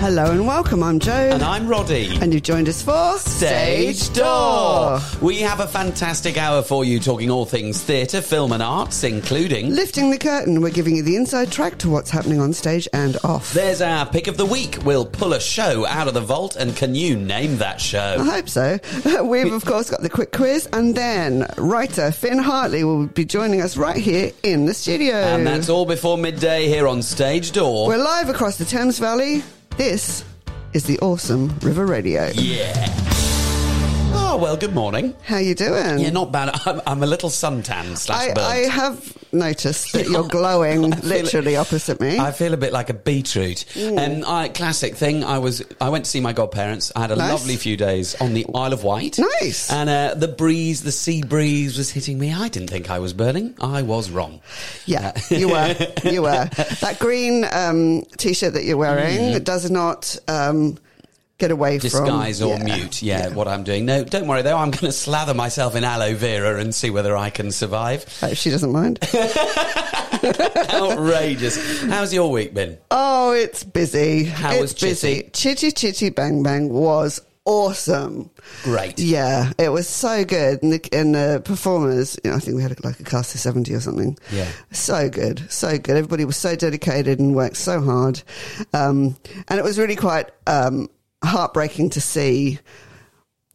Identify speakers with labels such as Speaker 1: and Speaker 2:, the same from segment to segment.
Speaker 1: Hello and welcome. I'm Joe.
Speaker 2: And I'm Roddy.
Speaker 1: And you've joined us for
Speaker 2: Stage Door. We have a fantastic hour for you talking all things theatre, film, and arts, including.
Speaker 1: Lifting the curtain, we're giving you the inside track to what's happening on stage and off.
Speaker 2: There's our pick of the week. We'll pull a show out of the vault, and can you name that
Speaker 1: I
Speaker 2: show?
Speaker 1: hope so. We've, of course, got the quick quiz, and then writer Finn Hartley will be joining us right here in the studio.
Speaker 2: And that's all before midday here on Stage Door.
Speaker 1: We're live across the Thames Valley. This is the awesome River Radio.
Speaker 2: yeah. Oh, well, good morning.
Speaker 1: How you doing?
Speaker 2: Yeah, not bad. I'm, I'm a little suntan slash
Speaker 1: I,
Speaker 2: burnt.
Speaker 1: I have noticed that you're glowing literally opposite me.
Speaker 2: I feel a bit like a beetroot. Um, I, classic thing. I was. I went to see my godparents. I had a
Speaker 1: Nice.
Speaker 2: lovely few days on the Isle of Wight.
Speaker 1: Nice.
Speaker 2: And uh, the breeze, the sea breeze, was hitting me. I didn't think I was burning. I was wrong.
Speaker 1: Yeah, you were. You were. That green um, t shirt that you're
Speaker 2: Mm.
Speaker 1: wearing does not um, get away
Speaker 2: Disguise
Speaker 1: from
Speaker 2: or
Speaker 1: yeah.
Speaker 2: mute. Yeah, what I'm doing. No, don't worry though. I'm going to slather myself in aloe vera and see whether I can survive.
Speaker 1: Hope she doesn't mind.
Speaker 2: Outrageous. How's your week been?
Speaker 1: oh, it's busy.
Speaker 2: How
Speaker 1: it's
Speaker 2: was Chitty?
Speaker 1: busy. Chitty Chitty Bang Bang was awesome.
Speaker 2: Great.
Speaker 1: Yeah, it was so good, and the, and the performers. You know, I think we had like a cast of seventy or something.
Speaker 2: Yeah.
Speaker 1: so good, so good. Everybody was so dedicated and worked so hard, um, and it was really quite um, heartbreaking to see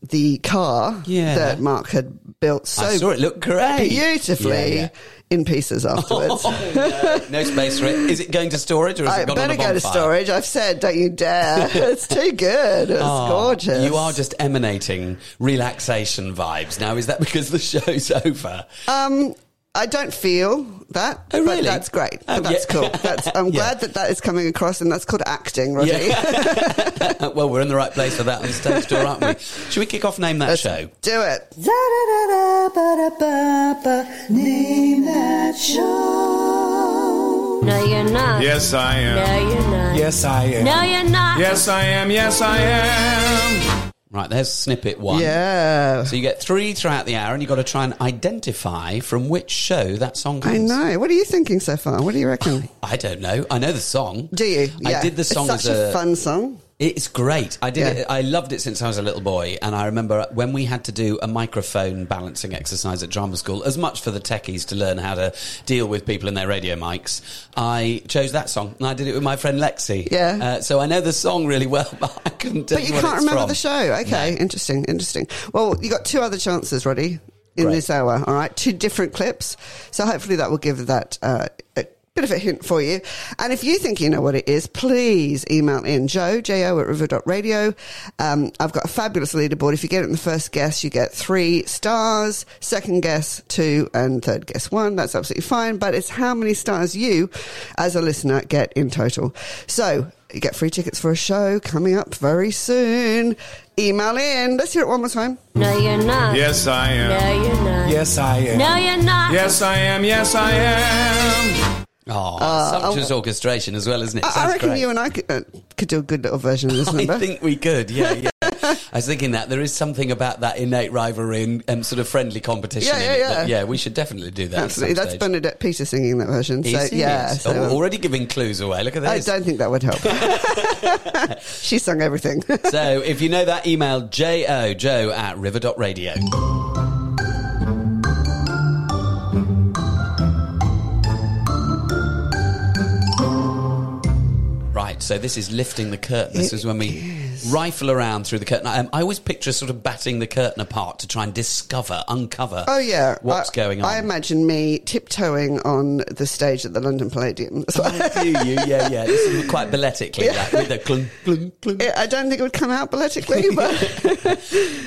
Speaker 1: the car
Speaker 2: Yeah.
Speaker 1: that Mark had built so
Speaker 2: I saw it look great.
Speaker 1: beautifully
Speaker 2: Yeah, yeah.
Speaker 1: in pieces afterwards.
Speaker 2: Oh, no, no space for it. Is it going to storage or has
Speaker 1: I
Speaker 2: it gone on
Speaker 1: better
Speaker 2: a
Speaker 1: go to
Speaker 2: bonfire?
Speaker 1: storage. I've said, don't you dare. it's too good. It's
Speaker 2: Oh,
Speaker 1: gorgeous.
Speaker 2: You are just emanating relaxation vibes. Now, is that because the show's over?
Speaker 1: Um, I don't feel that.
Speaker 2: Oh, really?
Speaker 1: But that's great.
Speaker 2: Oh,
Speaker 1: But that's
Speaker 2: yeah.
Speaker 1: cool. That's, I'm
Speaker 2: Yeah.
Speaker 1: glad that that is coming across, and that's called acting, Roddy.
Speaker 2: Yeah. Uh, well, we're in the right place for that on stage door, aren't we? Should we kick off Name That Show?
Speaker 1: Do it.
Speaker 3: No, you're not.
Speaker 4: Yes, I
Speaker 3: No,
Speaker 4: am.
Speaker 3: you're not.
Speaker 4: Yes, I am.
Speaker 3: No, you're not.
Speaker 4: Yes, I am. Yes, I am.
Speaker 2: Right, there's snippet one.
Speaker 1: Yeah.
Speaker 2: So you get three throughout the hour, and you've got to try and identify from which show that song comes.
Speaker 1: I know. What are you thinking so far? What do you reckon?
Speaker 2: I don't know. I know the song.
Speaker 1: Do you?
Speaker 2: I
Speaker 1: Yeah.
Speaker 2: did the song
Speaker 1: It's such
Speaker 2: as
Speaker 1: a, fun song.
Speaker 2: It's great. I did
Speaker 1: Yeah.
Speaker 2: it. I loved it since I was a little boy, and I remember when we had to do a microphone balancing exercise at drama school. As much for the techies to learn how to deal with people and their radio mics, I chose that song, and I did it with my friend Lexi.
Speaker 1: Yeah.
Speaker 2: Uh, so I know the song really well, but I couldn't. Tell
Speaker 1: But you
Speaker 2: what
Speaker 1: can't
Speaker 2: it's
Speaker 1: remember
Speaker 2: from.
Speaker 1: the show. Okay, interesting, interesting. Well, you got two other chances, Roddy, in
Speaker 2: Great.
Speaker 1: this hour. All right, two different clips. So hopefully that will give that uh, a bit of a hint for you. And if you think you know what it is, please email in joe, jo at river.radio. Um, I've got a fabulous leaderboard. If you get it in the first guess, you get three stars, second guess, two, and third guess, one. That's absolutely fine. But it's how many stars you, as a listener, get in total. So, you get free tickets for a show coming up very soon. Email in. Let's hear it one more time.
Speaker 3: No, you're not.
Speaker 4: Yes, I
Speaker 3: No,
Speaker 4: am.
Speaker 3: you're not.
Speaker 4: Yes, I am.
Speaker 3: No, you're not.
Speaker 4: Yes, I am. Yes, I am.
Speaker 2: Oh, sumptuous orchestration as well, isn't it?
Speaker 1: Ah, I, I
Speaker 2: Sounds
Speaker 1: reckon
Speaker 2: great.
Speaker 1: you and I could, uh, could do a good little version of this number.
Speaker 2: I think we could, yeah, yeah. I was thinking that there is something about that innate rivalry and, and sort of friendly competition.
Speaker 1: Yeah,
Speaker 2: in
Speaker 1: yeah,
Speaker 2: it that-
Speaker 1: yeah.
Speaker 2: yeah, we should definitely do that. at some
Speaker 1: Absolutely. That's
Speaker 2: stage.
Speaker 1: Bernadette Peters singing that version.
Speaker 2: Yes,
Speaker 1: so,
Speaker 2: it
Speaker 1: yeah.
Speaker 2: is.
Speaker 1: So,
Speaker 2: Oh,
Speaker 1: um,
Speaker 2: already giving clues away. Look at
Speaker 1: I
Speaker 2: this.
Speaker 1: don't think that would help. she sung everything.
Speaker 2: so if you know that, email jo joe at river dot radio. Right, So this is lifting the curtain. This is when we rifle around through the curtain. Um, I always picture sort of batting the curtain apart to try and discover, uncover.
Speaker 1: Oh yeah,
Speaker 2: what's
Speaker 1: I-
Speaker 2: going on?
Speaker 1: I imagine me tiptoeing on the stage at the London Palladium. So I-
Speaker 2: do you? Yeah, yeah. This is quite balletically, like, with a clunk, clunk, clunk.
Speaker 1: I don't think it would come out politically, but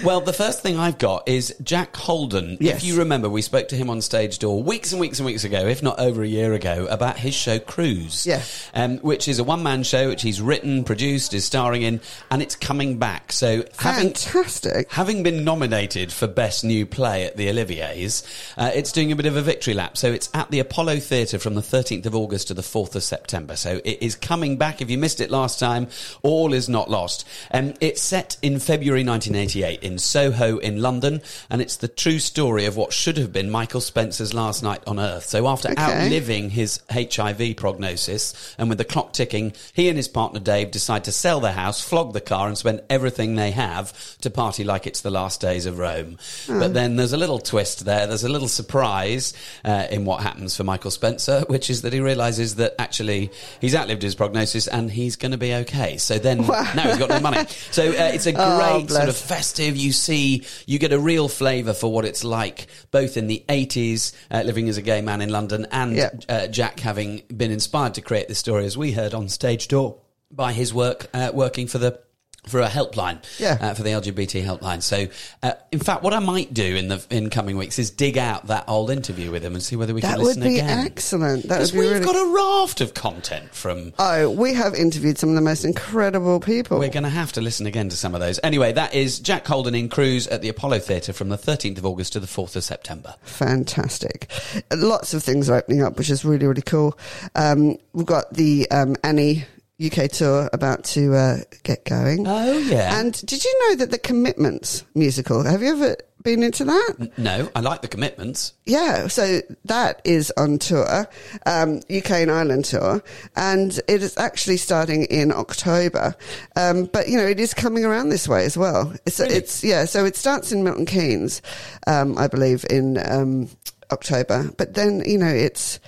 Speaker 2: Well, the first thing I've got is Jack Holden.
Speaker 1: Yes.
Speaker 2: If you remember, we spoke to him on Stage Door weeks and weeks and weeks ago, if not over a year ago, about his show Cruise.
Speaker 1: Yeah.
Speaker 2: Um, which is a one man show which he's written, produced, is starring in, and it's coming back. So having.
Speaker 1: fantastic.
Speaker 2: Having been nominated for Best New Play at the Olivier's, uh, it's doing a bit of a victory lap. So it's at the Apollo Theatre from the 13th of August to the 4th of September. So it is coming back. If you missed it last time, all is not lost. Um, it's set in February 1988 in Soho in London, and it's the true story of what should have been Michael Spencer's last night on Earth. So after
Speaker 1: Okay.
Speaker 2: outliving his HIV prognosis, and with the clock ticking, he and his partner Dave decide to sell their house, flog the car, and spend everything they have to party like it's the last days of Rome.
Speaker 1: Hmm.
Speaker 2: But then there's a little twist there. There's a little surprise uh, in what happens for Michael Spencer, which is that he realizes that actually he's outlived his prognosis and he's going to be okay. So then now he's got no money. So uh, it's a great
Speaker 1: Oh,
Speaker 2: sort of
Speaker 1: bless.
Speaker 2: festive. You see, you get a real flavour for what it's like, both in the 80s, uh, living as a gay man in London, and
Speaker 1: Yeah.
Speaker 2: uh, Jack having been inspired to create this story, as we heard on stage door, by his work uh, working for the. For a helpline,
Speaker 1: Yeah.
Speaker 2: uh, for the LGBT helpline. So, uh, in fact, what I might do in the in coming weeks is dig out that old interview with him and see whether we
Speaker 1: That
Speaker 2: can
Speaker 1: would
Speaker 2: listen
Speaker 1: be
Speaker 2: again.
Speaker 1: excellent. That would
Speaker 2: Because
Speaker 1: be
Speaker 2: we've
Speaker 1: really.
Speaker 2: got a raft of content from
Speaker 1: oh, we have interviewed some of the most incredible people.
Speaker 2: We're going to have to listen again to some of those. Anyway, that is Jack Holden in Cruise at the Apollo Theatre from the 13th of August to the 4th of September.
Speaker 1: Fantastic. Lots of things are opening up, which is really, really cool. Um, we've got the um, Annie UK tour about to uh, get going.
Speaker 2: Oh, yeah.
Speaker 1: And did you know that the Commitments musical, have you ever been into that?
Speaker 2: No, I like the commitments.
Speaker 1: Yeah, so that is on tour, um, UK and Ireland tour, and it is actually starting in October. Um, but you know, it is coming around this way as well. So it's yeah, so it starts in Milton Keynes, um, I believe, in um, October. But then you know, it's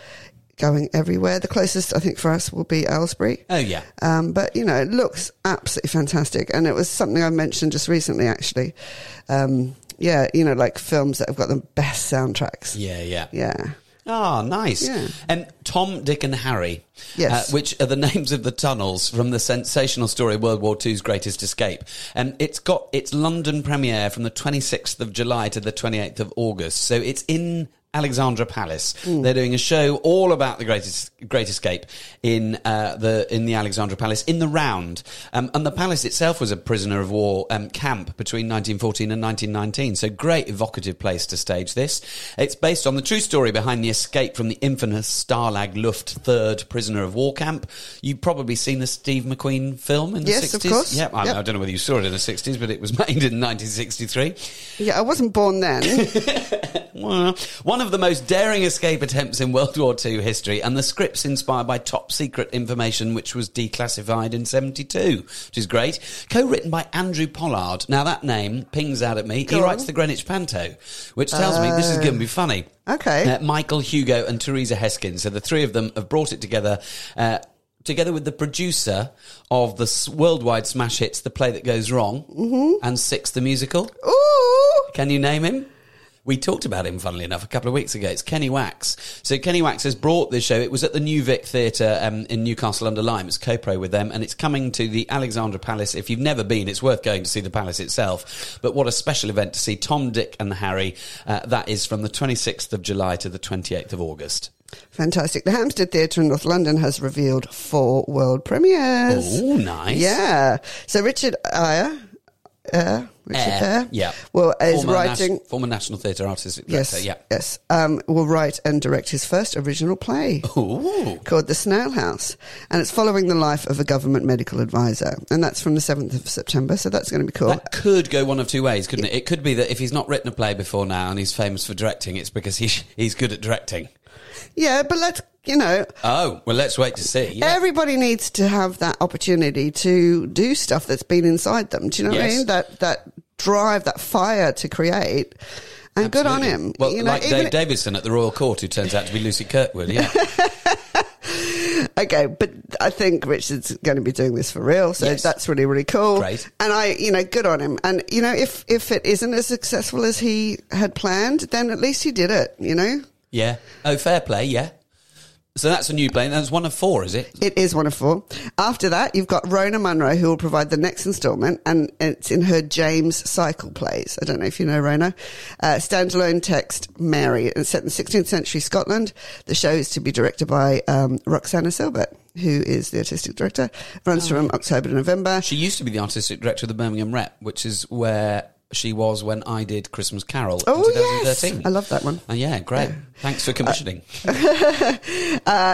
Speaker 1: going everywhere. The closest I think for us will be Aylesbury.
Speaker 2: Oh, yeah.
Speaker 1: Um, but you know, it looks absolutely fantastic, and it was something I mentioned just recently, actually. Um, yeah, you know, like films that have got the best soundtracks.
Speaker 2: Yeah, yeah.
Speaker 1: Yeah.
Speaker 2: Ah, nice.
Speaker 1: Yeah.
Speaker 2: And Tom, Dick, and Harry,
Speaker 1: Yes.
Speaker 2: uh, which are the names of the tunnels from the sensational story World War II's Greatest Escape. And it's got its London premiere from the 26th of July to the 28th of August. So it's in Alexandra Palace. They're doing a show all about the Greatest Great Escape in uh, the in the Alexandra Palace in the round. Um, and the palace itself was a prisoner of war um, camp between 1914 and 1919. So great evocative place to stage this. It's based on the true story behind the escape from the infamous Stalag Luft Third prisoner of war camp. You've probably seen the Steve McQueen film in the
Speaker 1: Yes,
Speaker 2: 60s.
Speaker 1: of course.
Speaker 2: Yeah, I,
Speaker 1: Yep.
Speaker 2: I don't know whether you saw it in the 60s, but it was made in 1963.
Speaker 1: Yeah, I wasn't born then.
Speaker 2: Well, One of the most daring escape attempts in World War II history, and the script's inspired by top secret information which was declassified in 72, which is great. Co written by Andrew Pollard. Now, that name pings out at me. he
Speaker 1: Go on.
Speaker 2: writes the Greenwich Panto, which tells me this is going to be funny.
Speaker 1: Okay.
Speaker 2: Uh, Michael, Hugo, and Teresa Heskins. So the three of them have brought it together. Uh, Together with the producer of the s- worldwide smash hits "The Play That Goes Wrong"
Speaker 1: Mm-hmm.
Speaker 2: and Six the Musical,
Speaker 1: Ooh.
Speaker 2: can you name him? We talked about him, funnily enough, a couple of weeks ago. It's Kenny Wax. So Kenny Wax has brought this show. It was at the New Vic Theatre um, in Newcastle under Lyme. It's co-pro with them, and it's coming to the Alexandra Palace. If you've never been, it's worth going to see the palace itself. But what a special event to see Tom, Dick, and Harry. Uh, that is from the 26th of July to the 28th of August.
Speaker 1: Fantastic. The Hampstead Theatre in North London has revealed four world premieres.
Speaker 2: Oh, nice.
Speaker 1: Yeah. So Richard Eyre, uh, Richard
Speaker 2: Eh,
Speaker 1: Eyre,
Speaker 2: yeah.
Speaker 1: well, is
Speaker 2: Former nas-
Speaker 1: writing.
Speaker 2: former National Theatre artist.
Speaker 1: yes.
Speaker 2: director, Yeah.
Speaker 1: Yes. Um, will write and direct his first original play.
Speaker 2: Oh. Ooh.
Speaker 1: called The Snail House, and it's following the life of a government medical advisor, and that's from the 7th of September, so that's going to be cool.
Speaker 2: That could go one of two ways, couldn't it? It could be that if he's not written a play before now and he's famous for directing, it's because he, he's good at directing.
Speaker 1: yeah, but let's, you know,
Speaker 2: Oh, well, let's wait to see. Yeah.
Speaker 1: everybody needs to have that opportunity to do stuff that's been inside them. Do you know what
Speaker 2: Yes.
Speaker 1: I mean? That, that drive, that fire to create. And good on
Speaker 2: Absolutely.
Speaker 1: him.
Speaker 2: Well,
Speaker 1: you know,
Speaker 2: like
Speaker 1: even
Speaker 2: Dave Davidson at the Royal Court, who turns out to be Lucy Kirkwood. Yeah,
Speaker 1: okay, but I think Richard's going to be doing this for real, so
Speaker 2: Yes.
Speaker 1: that's really really cool.
Speaker 2: Great.
Speaker 1: And I, you know, good on him. And you know, if if it isn't as successful as he had planned, then at least he did it. You know,
Speaker 2: Yeah. Oh, fair play. Yeah. So that's a new plane. That's one of four, is it?
Speaker 1: It is one of four. After that, you've got Rona Munro, who will provide the next instalment, and it's in her James Cycle plays. I don't know if you know Rona. Uh, standalone text Mary. It's set in 16th century Scotland. The show is to be directed by um, Roxana Silbert, who is the artistic director. Runs from October to November.
Speaker 2: She used to be the artistic director of the Birmingham Rep, which is where she was when I did Christmas Carol
Speaker 1: Oh,
Speaker 2: in 2013.
Speaker 1: yes. I love that one.
Speaker 2: Oh, yeah, great. Thanks for commissioning.
Speaker 1: Uh,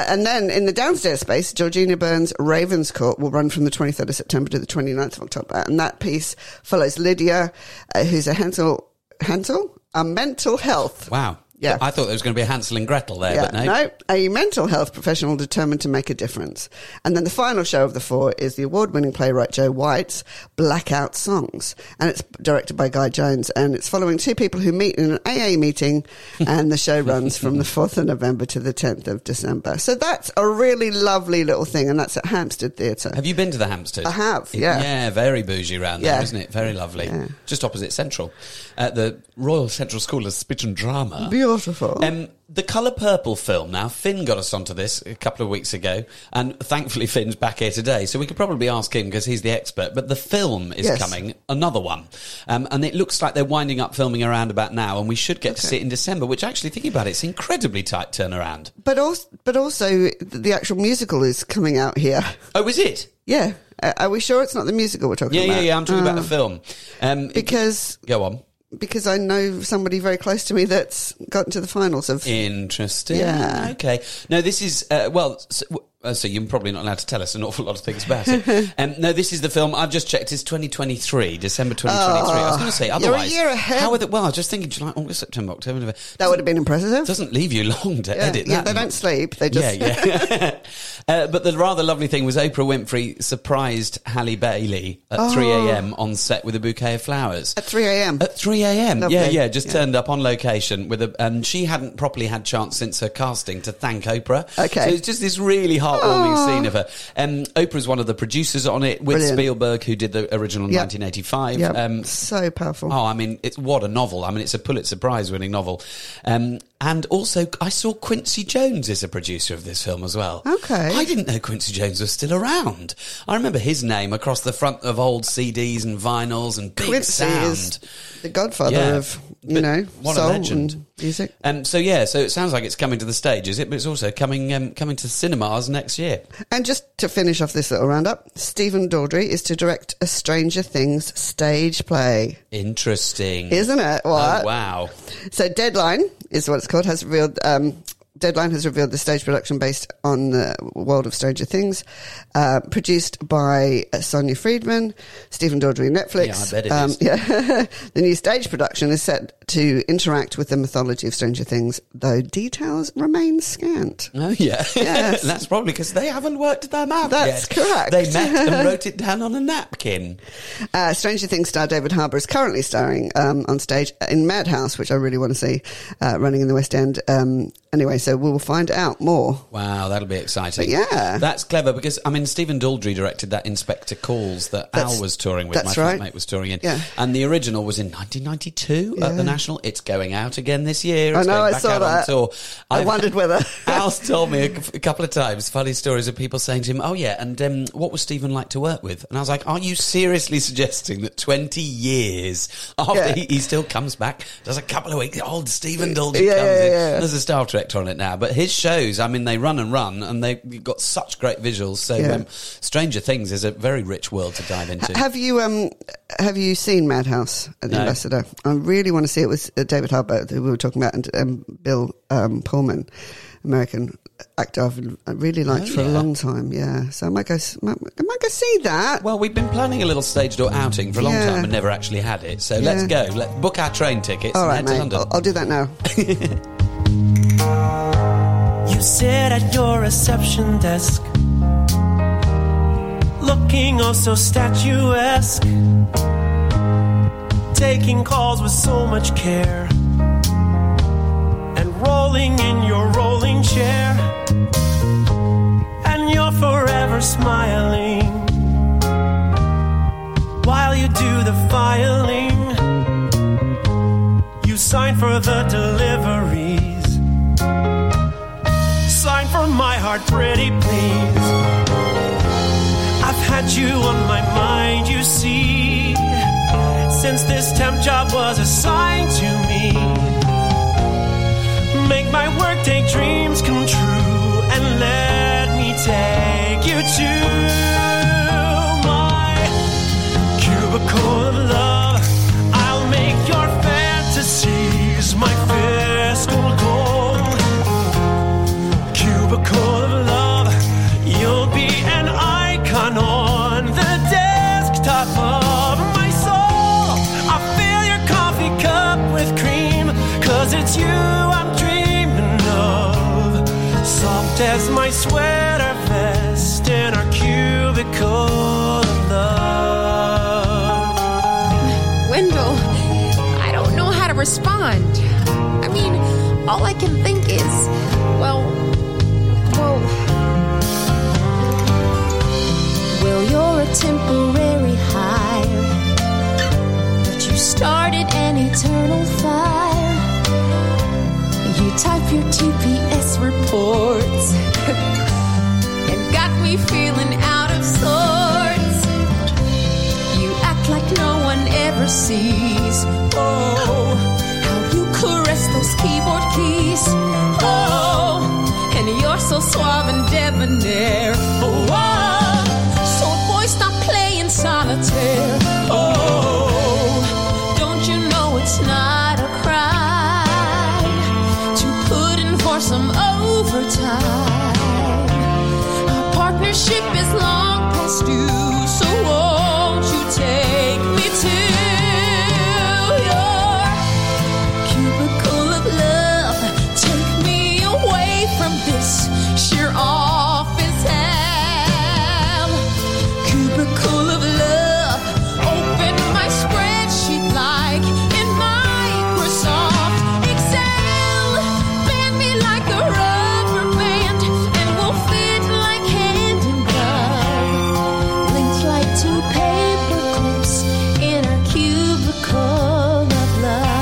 Speaker 1: and then in the downstairs space, Georgina Burns' Raven's Court will run from the 23rd of September to the 29th of October. And that piece follows Lydia, uh, who's a Hansel, Hansel? A mental health.
Speaker 2: wow.
Speaker 1: Yeah.
Speaker 2: I thought there was going to be a Hansel and Gretel there,
Speaker 1: Yeah,
Speaker 2: but no.
Speaker 1: a mental health professional determined to make a difference. And then the final show of the four is the award winning playwright Joe White's Blackout Songs. And it's directed by Guy Jones. And it's following two people who meet in an AA meeting. and the show runs from the 4th of November to the 10th of December. So that's a really lovely little thing. And that's at Hampstead Theatre.
Speaker 2: Have you been to the Hampstead?
Speaker 1: I have, yeah.
Speaker 2: Yeah, very bougie round there,
Speaker 1: Yeah.
Speaker 2: not it? Very lovely. Just opposite Central, at the Royal Central School of Speech and Drama.
Speaker 1: Beautiful.
Speaker 2: Um, the Colour Purple film. Now, Finn got us onto this a couple of weeks ago, and thankfully Finn's back here today, so we could probably ask him because he's the expert. But the film is
Speaker 1: Yes.
Speaker 2: coming, another one, um, and it looks like they're winding up filming around about now, and we should get to see it in December. Which, actually, thinking about it, it's incredibly tight turnaround.
Speaker 1: but also, but also, th- the actual musical is coming out here.
Speaker 2: Oh, is it?
Speaker 1: Yeah. Uh, Are we sure it's not the musical we're talking
Speaker 2: Yeah,
Speaker 1: about?
Speaker 2: yeah, yeah. I'm talking about
Speaker 1: Oh.
Speaker 2: the film. Um, it-
Speaker 1: Because
Speaker 2: go on.
Speaker 1: because I know somebody very close to me that's gotten to the finals of.
Speaker 2: Interesting.
Speaker 1: Yeah.
Speaker 2: Okay. No, this is uh, well. So, w- uh, so you're probably not allowed to tell us an awful lot of things about it. um, no, this is the film I've just checked. It's 2023, December 2023. I was going to say
Speaker 1: Oh, you're a
Speaker 2: otherwise.
Speaker 1: year ahead.
Speaker 2: How are the, well, I was just thinking July, August, September, October. November.
Speaker 1: That would have been impressive.
Speaker 2: Doesn't leave you long to
Speaker 1: yeah,
Speaker 2: edit
Speaker 1: yeah,
Speaker 2: that.
Speaker 1: they don't sleep. They just
Speaker 2: Yeah, yeah. uh, but the rather lovely thing was Oprah Winfrey surprised Halle Bailey at 3
Speaker 1: Oh.
Speaker 2: a.m. on set with a bouquet of flowers.
Speaker 1: at three a.m.
Speaker 2: At 3 a.m. Yeah,
Speaker 1: Lovely.
Speaker 2: yeah, just
Speaker 1: Yeah.
Speaker 2: turned up on location with a, and she hadn't properly had chance since her casting to thank Oprah.
Speaker 1: Okay.
Speaker 2: So it's just this really heartwarming
Speaker 1: Aw.
Speaker 2: scene of her. Um, Oprah's one of the producers on it with
Speaker 1: Brilliant.
Speaker 2: Spielberg, who did the original in
Speaker 1: Yep.
Speaker 2: 1985.
Speaker 1: yeah,
Speaker 2: Um,
Speaker 1: so powerful.
Speaker 2: Oh, I mean, it's what a novel! I mean, it's a Pulitzer Prize-winning novel, um, and also I saw Quincy Jones is a producer of this film as well.
Speaker 1: Okay.
Speaker 2: I didn't know Quincy Jones was still around. I remember his name across the front of old CDs and vinyls and big
Speaker 1: Quincy
Speaker 2: sound.
Speaker 1: is the godfather
Speaker 2: Yeah.
Speaker 1: of you
Speaker 2: But
Speaker 1: know
Speaker 2: what a
Speaker 1: soul
Speaker 2: legend.
Speaker 1: and music.
Speaker 2: Um, so yeah, so it sounds like it's coming to the stage, is it? But it's also coming um, coming to cinemas next year.
Speaker 1: And just to finish off this little roundup, Stephen Daldry is to direct a Stranger Things stage play,
Speaker 2: Interesting,
Speaker 1: isn't it? What?
Speaker 2: Oh, wow,
Speaker 1: So Deadline is what it's called. Has revealed. Um, Deadline has revealed the stage production based on the world of Stranger Things, uh, produced by uh, Sonia Friedman, Stephen Daldry, Netflix. Um,
Speaker 2: Yeah, I bet it is.
Speaker 1: Yeah, the new stage production is set to interact with the mythology of Stranger Things, though details remain scant.
Speaker 2: oh yeah,
Speaker 1: Yes.
Speaker 2: that's probably because they haven't worked them out.
Speaker 1: That's correct.
Speaker 2: yet. They met and wrote it down on a napkin.
Speaker 1: Uh, Stranger Things star David Harbour is currently starring um, on stage in Madhouse, which I really want to see uh, running in the West End. Um, anyway, so we will find out more.
Speaker 2: Wow, that'll be
Speaker 1: But
Speaker 2: exciting.
Speaker 1: yeah.
Speaker 2: That's clever because, I mean, Stephen Daldry directed that Inspector Calls that
Speaker 1: That's-
Speaker 2: Al was touring with,
Speaker 1: that's
Speaker 2: my
Speaker 1: right.
Speaker 2: flatmate was touring in.
Speaker 1: Yeah.
Speaker 2: And the original was in 1992 at
Speaker 1: Yeah.
Speaker 2: the National. It's going out again this year.
Speaker 1: I
Speaker 2: It's
Speaker 1: know,
Speaker 2: going
Speaker 1: I
Speaker 2: back
Speaker 1: saw
Speaker 2: out
Speaker 1: that.
Speaker 2: On tour.
Speaker 1: I
Speaker 2: I've-
Speaker 1: wondered whether-
Speaker 2: Al's told me a, c- a couple of times funny stories of people saying to him, Oh, yeah, and um, what was Stephen like to work with? And I was like, Are you seriously suggesting that 20 years after
Speaker 1: Yeah.
Speaker 2: he, he still comes back, does a couple of weeks, old Stephen Daldry
Speaker 1: Yeah,
Speaker 2: comes
Speaker 1: yeah,
Speaker 2: in?
Speaker 1: yeah.
Speaker 2: There's a Star Trek on it now, but his shows, I mean, they run and run, and they've got such great visuals. So,
Speaker 1: Yeah.
Speaker 2: um, Stranger Things is a very rich world to dive into.
Speaker 1: Have you um have you seen Madhouse at the
Speaker 2: No.
Speaker 1: Ambassador? I really want to see it with uh, David Harbour who we were talking about and um, Bill um, Pullman, American actor I've I really liked
Speaker 2: Oh,
Speaker 1: for a
Speaker 2: yeah.
Speaker 1: long time. Yeah, so I might go s- might, I might go see that.
Speaker 2: well, we've been planning a little staged door outing for a long
Speaker 1: Yeah.
Speaker 2: time and never actually had it. So let's
Speaker 1: Yeah.
Speaker 2: go. Let's book our train tickets
Speaker 1: All
Speaker 2: and
Speaker 1: right,
Speaker 2: head to
Speaker 1: mate.
Speaker 2: London.
Speaker 1: I'll, I'll do that now.
Speaker 3: You sit at your reception desk, looking oh so statuesque, taking calls with so much care, and rolling in your rolling chair. And smiling while you do the filing. You sign for the deliveries. Sign for my heart, pretty please. I've had you on my mind, you see. Since this temp job was assigned to me, make my workday dreams come true and let me take you to my cubicle of love. I'll make your fantasies my fiscal goal. Cubicle of love, you'll be an icon on the desktop of my soul. I fill your coffee cup with cream, cause it's you I'm dreaming of. Soft as my sweater vest in our cubicle of love.
Speaker 5: Wendell, I don't know how to respond. I mean, all I can think is, well, well. Well, you're a temporary hire, but you started an eternal fire. You type your TPS reports and got me feeling out of sorts. You act like no one ever sees. Oh, how you caress those keyboard keys. Oh, and you're so suave and debonair. Oh, wow. so boy, stop playing solitaire. Oh, don't you know it's not a crime to put in for some overtime? Our partnership is long past due, so won't you take me to your cubicle of love? Take me away from this sheer office hell. Cubicle of love, open my spreadsheet like in Microsoft Excel. Bend me like a rubber band, and we'll fit like hand in glove linked like two paper clips in our cubicle of love.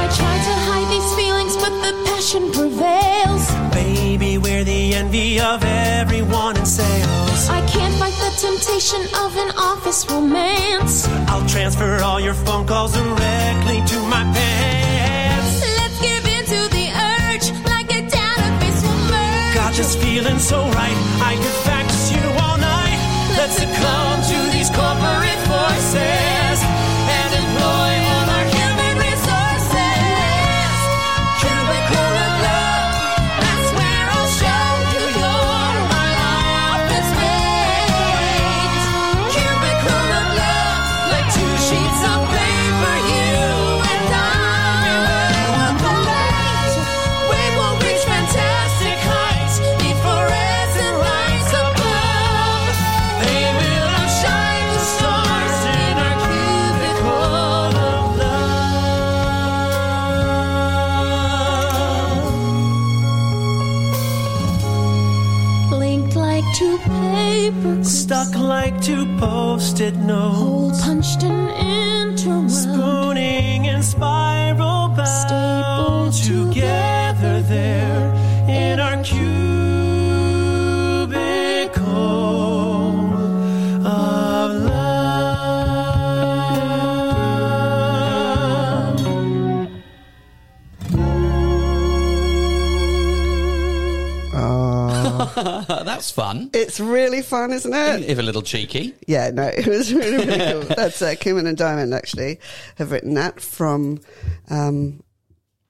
Speaker 5: I try to hide these feelings, but the passion prevails.
Speaker 3: Baby, we're the envy of everyone in sales.
Speaker 5: I can't fight the temptation of an office romance.
Speaker 3: I'll transfer all your phone calls directly to my pants.
Speaker 5: Let's give in to the urge like a database will merge.
Speaker 3: Got this feeling so right, I could fax you all night. Let's succumb to these corporate forces and employ all our human resources. Cubicle of love,
Speaker 5: That's where I'll show you you're my office mate. Cubicle of love, like two sheets of paper, you and I. Collide. We will reach fantastic heights, fluorescent lights above.
Speaker 3: they will outshine the stars in our cubicle of love.
Speaker 5: Linked like two paper
Speaker 3: Stuck like two post-it
Speaker 5: hole
Speaker 3: notes,
Speaker 5: punched an interweb.
Speaker 3: spooning and spiral bound
Speaker 5: Stapled
Speaker 3: together
Speaker 5: together
Speaker 3: there in our cubicle of love.
Speaker 2: Uh, That's fun.
Speaker 1: It's really fun, isn't it?
Speaker 2: If a little cheeky.
Speaker 1: Yeah, no, it was really, really cool. That's uh, Kuman and Diamond actually have written that from um,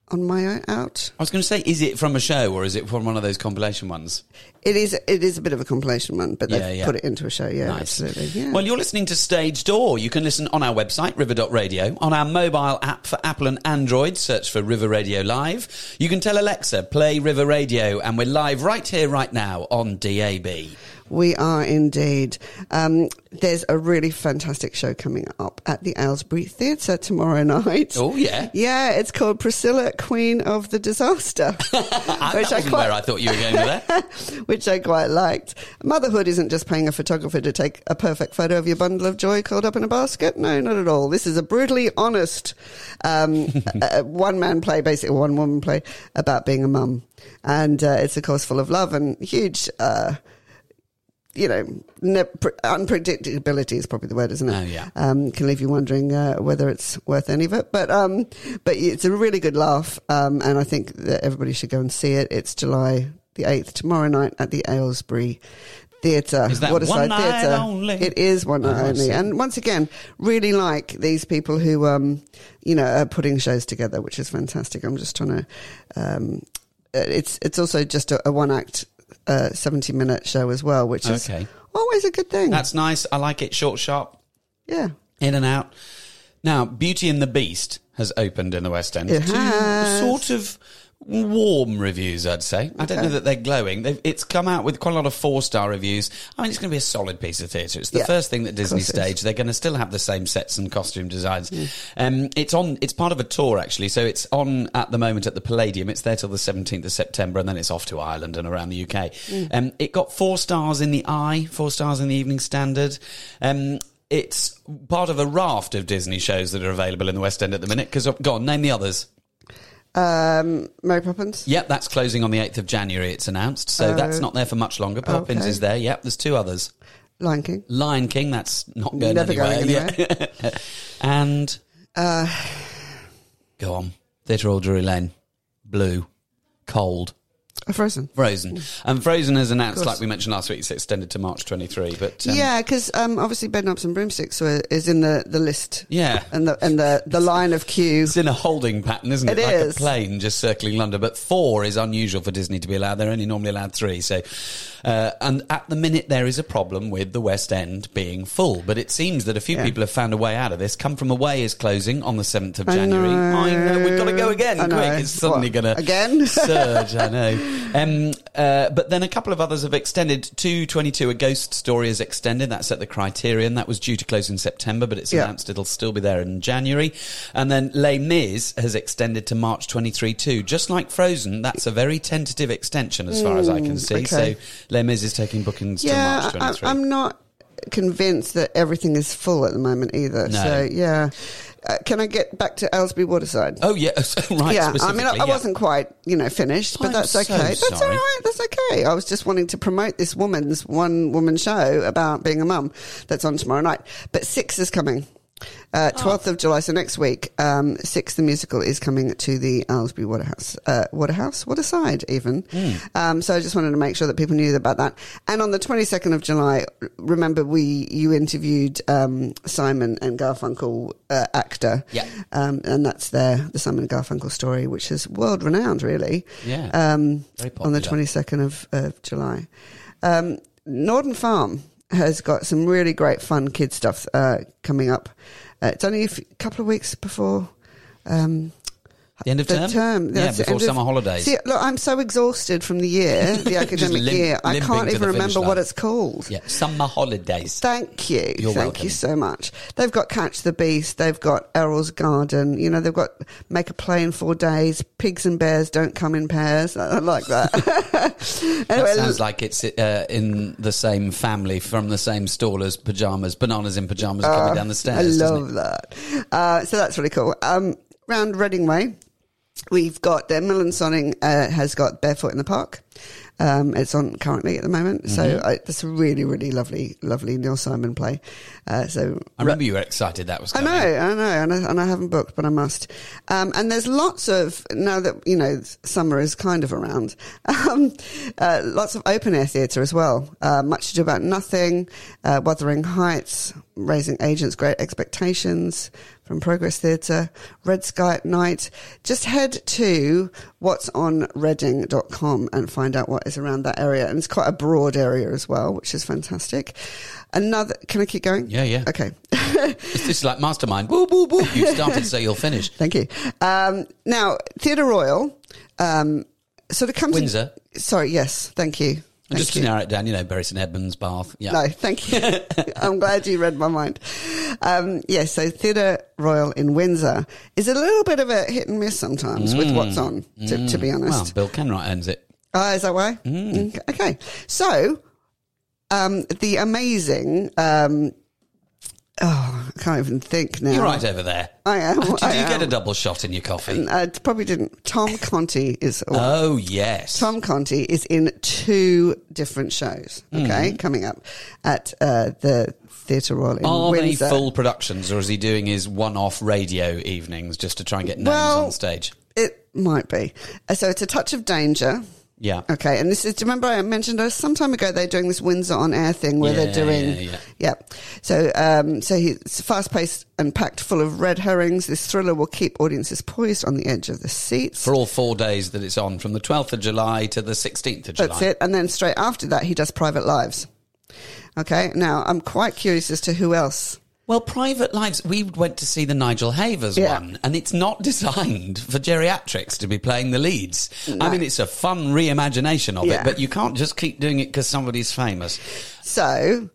Speaker 1: On My Own Out.
Speaker 2: I was going to say, is it from a show or is it from one of those compilation ones?
Speaker 1: It is it is a bit of a compilation one, but they've
Speaker 2: Yeah, yeah.
Speaker 1: put it into a show. Yeah,
Speaker 2: Nice.
Speaker 1: absolutely. Yeah.
Speaker 2: Well, you're listening to Stage Door. You can listen on our website, river.radio, on our mobile app for Apple and Android, search for River Radio Live. You can tell Alexa, play River Radio, and we're live right here, right now on DAB.
Speaker 1: We are indeed. Um, there's a really fantastic show coming up at the Aylesbury Theatre tomorrow night.
Speaker 2: Oh, yeah.
Speaker 1: Yeah, it's called Priscilla, Queen of the Disaster.
Speaker 2: I,
Speaker 1: Which
Speaker 2: that
Speaker 1: I
Speaker 2: wasn't
Speaker 1: quite-
Speaker 2: where I thought you were going with that.
Speaker 1: which I quite liked. Motherhood isn't just paying a photographer to take a perfect photo of your bundle of joy curled up in a basket. No, not at all. This is a brutally honest um, one man play, basically one woman play about being a mum, and uh, it's a course full of love and huge. Uh, you know, ne- pr- unpredictability is probably the word, isn't it?
Speaker 2: Oh, yeah.
Speaker 1: Um, can leave you wondering uh, whether it's worth any of it, but um, but it's a really good laugh, um, and I think that everybody should go and see it. It's July the eighth tomorrow night at the Aylesbury Theatre,
Speaker 2: Is that one
Speaker 1: Waterside
Speaker 2: night
Speaker 1: Theatre.
Speaker 2: only?
Speaker 1: It is one night
Speaker 2: Oh, I see.
Speaker 1: only, and once again, really like these people who um, you know, are putting shows together, which is fantastic. I'm just trying to um, it's it's also just a, a one act uh, 70 minute show as well which is
Speaker 2: Okay.
Speaker 1: always a good thing
Speaker 2: That's nice. I like it. Short, sharp,
Speaker 1: yeah
Speaker 2: in and out. Now, Beauty and the Beast has opened in the West End.
Speaker 1: It
Speaker 2: To
Speaker 1: has.
Speaker 2: Sort of warm reviews, I'd say. I don't know that they're glowing. They've, it's come out with quite a lot of four star reviews. I mean, it's going to be a solid piece of theatre. It's the
Speaker 1: Yeah.
Speaker 2: first thing that Disney
Speaker 1: course it is.
Speaker 2: staged. They're going to still have the same sets and costume designs. Um, it's on. It's part of a tour actually. So it's on at the moment at the Palladium. It's there till the seventeenth of September, and then it's off to Ireland and around the UK.
Speaker 1: Mm.
Speaker 2: Um, it got four stars in the Eye, four stars in the Evening Standard. Um, it's part of a raft of Disney shows that are available in the West End at the minute. Because go on, name the others.
Speaker 1: um, Mary Poppins
Speaker 2: Yep, that's closing on the eighth of January. It's announced, so that's not there for much longer. Poppins
Speaker 1: Uh, okay.
Speaker 2: is there. Yep, there's two others.
Speaker 1: Lion King
Speaker 2: Lion King, that's not going
Speaker 1: Never
Speaker 2: anywhere.
Speaker 1: going Uh,
Speaker 2: Yeah. and go on, Theatre Old Drury Lane, Blue, Cold,
Speaker 1: uh, Frozen
Speaker 2: Frozen, and Frozen has announced,
Speaker 1: Of course.
Speaker 2: like we mentioned last week, it's extended to March twenty three. But um,
Speaker 1: yeah because um, obviously Bedknobs and Broomsticks were, is in the, the list
Speaker 2: Yeah.
Speaker 1: and the and the, the line of queue
Speaker 2: It's in a holding pattern, isn't it?
Speaker 1: It
Speaker 2: like
Speaker 1: is.
Speaker 2: a plane just circling London. But four is unusual for Disney to be allowed. They're only normally allowed three. So, uh, and at the minute, there is a problem with the West End being full. But it seems that a few
Speaker 1: Yeah.
Speaker 2: people have found a way out of this. Come From Away is closing on the 7th of
Speaker 1: I
Speaker 2: January.
Speaker 1: know.
Speaker 2: I know. We've got to go again.
Speaker 1: I
Speaker 2: Quick.
Speaker 1: know.
Speaker 2: It's suddenly
Speaker 1: What,
Speaker 2: going to.
Speaker 1: again?
Speaker 2: surge. I know. Um, uh, but then a couple of others have extended. 222, A Ghost Story is extended. That's at the Criterion. That was due to close in September, but it's
Speaker 1: Yeah.
Speaker 2: announced announced it'll still be there in January. And then Les Mis has extended to March 23 too. Just like Frozen, that's a very tentative extension as far as I can see. So
Speaker 1: Mm, okay.
Speaker 2: Les Mis is taking bookings
Speaker 1: yeah
Speaker 2: to March
Speaker 1: I,
Speaker 2: 23.
Speaker 1: I'm not convinced that everything is full at the moment either
Speaker 2: No.
Speaker 1: so yeah uh, can I get back to Aylesbury Waterside
Speaker 2: Oh yeah,
Speaker 1: yeah,
Speaker 2: right.
Speaker 1: I
Speaker 2: specifically,
Speaker 1: mean, I, I
Speaker 2: yeah.
Speaker 1: wasn't quite, you know, finished, but
Speaker 2: I'm
Speaker 1: that's
Speaker 2: so
Speaker 1: okay. That's all
Speaker 2: sorry.
Speaker 1: right. That's okay. I was just wanting to promote this woman's one woman show about being a mum that's on tomorrow night. But six is coming. Uh,
Speaker 2: Oh.
Speaker 1: 12th of July, so next week, um, Six the Musical is coming to the Aylesbury Waterhouse, uh, Waterhouse, Waterside even.
Speaker 2: Hmm.
Speaker 1: Um, so I just wanted to make sure that people knew about that. And on the 22nd of July, remember we, you interviewed, um, Simon and Garfunkel, uh, actor.
Speaker 2: Yeah.
Speaker 1: Um, and that's their the Simon and Garfunkel story, which is world renowned, really.
Speaker 2: Yeah.
Speaker 1: Um,
Speaker 2: Very
Speaker 1: on the
Speaker 2: popular.
Speaker 1: twenty second of, of July, um, Norden Farm has got some really great fun kid stuff uh, coming up. Uh, it's only a f- couple of weeks before. Um,
Speaker 2: the end of
Speaker 1: the
Speaker 2: term.
Speaker 1: term.
Speaker 2: yeah,
Speaker 1: That's the
Speaker 2: before
Speaker 1: end of-
Speaker 2: summer holidays.
Speaker 1: See, look, I'm so exhausted from the year, the academic
Speaker 2: lim-
Speaker 1: year. I
Speaker 2: limping
Speaker 1: can't
Speaker 2: to
Speaker 1: even
Speaker 2: the finish
Speaker 1: remember what
Speaker 2: line.
Speaker 1: it's called.
Speaker 2: yeah, summer holidays.
Speaker 1: Thank you.
Speaker 2: You're
Speaker 1: Thank
Speaker 2: welcome.
Speaker 1: you so much. They've got Catch the Beast. They've got Errol's Garden. You know, they've got Make a Play in Four Days. Pigs and Bears Don't Come in Pairs. I like that.
Speaker 2: That
Speaker 1: Anyway,
Speaker 2: sounds like it's uh, in the same family from the same stall as pajamas, bananas in pajamas
Speaker 1: Uh,
Speaker 2: coming down the
Speaker 1: I
Speaker 2: stairs. doesn't
Speaker 1: love that. Uh, so that's really cool. Um, round Reading Way, we've got uh, Millen Sonning uh, has got Barefoot in the Park. Um, it's on currently at the moment. So I, that's a really, really lovely, lovely Neil Simon play. Uh, so
Speaker 2: I remember you were excited that was
Speaker 1: I
Speaker 2: coming.
Speaker 1: know, I know, and I, and I haven't booked, but I must. Um, and there's lots of now that you know summer is kind of around. Um, uh, lots of open air theatre as well. Uh, Much Ado About Nothing, uh, Wuthering Heights, Raising Agents, Great Expectations from Progress Theatre, Red Sky at Night. Just head to what's on reading.com and find out what is around that area. And it's quite a broad area as well, which is fantastic. Another, can I keep going?
Speaker 2: Yeah, yeah.
Speaker 1: Okay.
Speaker 2: It's just like mastermind. Woo, woo, woo. You started, so you'll finish.
Speaker 1: Thank you. Um, now, Theatre Royal um, sort of comes
Speaker 2: Windsor.
Speaker 1: sorry, yes, thank you.
Speaker 2: And just to
Speaker 1: you.
Speaker 2: narrow it down, you know, Bury St Edmunds, Bath. Yeah.
Speaker 1: No, thank you. I'm glad you read my mind. Um, yeah, so Theatre Royal in Windsor is a little bit of a hit and miss sometimes
Speaker 2: Mm.
Speaker 1: with what's on, to, to be honest.
Speaker 2: Well, Bill Kenwright owns it.
Speaker 1: Ah, is that why? Mm. Okay. So, um, the amazing. Um, oh, I can't even think now.
Speaker 2: You're right over there.
Speaker 1: I am.
Speaker 2: Did
Speaker 1: I
Speaker 2: you
Speaker 1: am.
Speaker 2: get a double shot in your coffee?
Speaker 1: I probably didn't. Tom Conti is.
Speaker 2: Oh, yes.
Speaker 1: Tom Conti is in two different shows. Okay,
Speaker 2: Mm.
Speaker 1: coming up at uh, the Theatre Royal in
Speaker 2: Are
Speaker 1: Windsor.
Speaker 2: they full productions or is he doing his one off radio evenings just to try and get names
Speaker 1: Well-
Speaker 2: on stage?
Speaker 1: It might be. Uh, So it's a touch of danger.
Speaker 2: Yeah.
Speaker 1: Okay, and this is. Do you remember I mentioned uh, some time ago they're doing this Windsor on Air thing where
Speaker 2: Yeah,
Speaker 1: they're doing.
Speaker 2: yeah, yeah.
Speaker 1: So, um, so he- it's fast paced and packed full of red herrings. This thriller will keep audiences poised on the edge of the seats.
Speaker 2: For all four days that it's on, from the 12th of July to the 16th of July.
Speaker 1: That's it. And then straight after that, he does Private Lives. Okay, now I'm quite curious as to who else.
Speaker 2: Well, Private Lives, we went to see the Nigel Havers
Speaker 1: Yeah.
Speaker 2: one, and it's not designed for geriatrics to be playing the leads. I mean, it's a fun reimagination of
Speaker 1: Yeah.
Speaker 2: it, but you can't just keep doing it because somebody's famous.
Speaker 1: So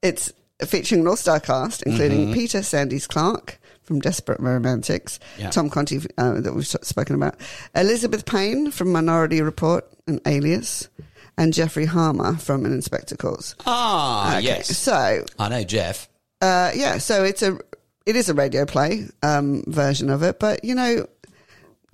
Speaker 1: it's featuring an all star cast, including
Speaker 2: Mm-hmm.
Speaker 1: Peter Sandys Clark from Desperate Romantics,
Speaker 2: Yeah.
Speaker 1: Tom Conti, uh, that we've s- spoken about, Elizabeth Payne from Minority Report and Alias, and Jeffrey Harmer from An Inspector Calls.
Speaker 2: Ah,
Speaker 1: Okay,
Speaker 2: yes.
Speaker 1: So
Speaker 2: I know, Jeff.
Speaker 1: uh, yeah, so it's a it is a radio play um, version of it, but you know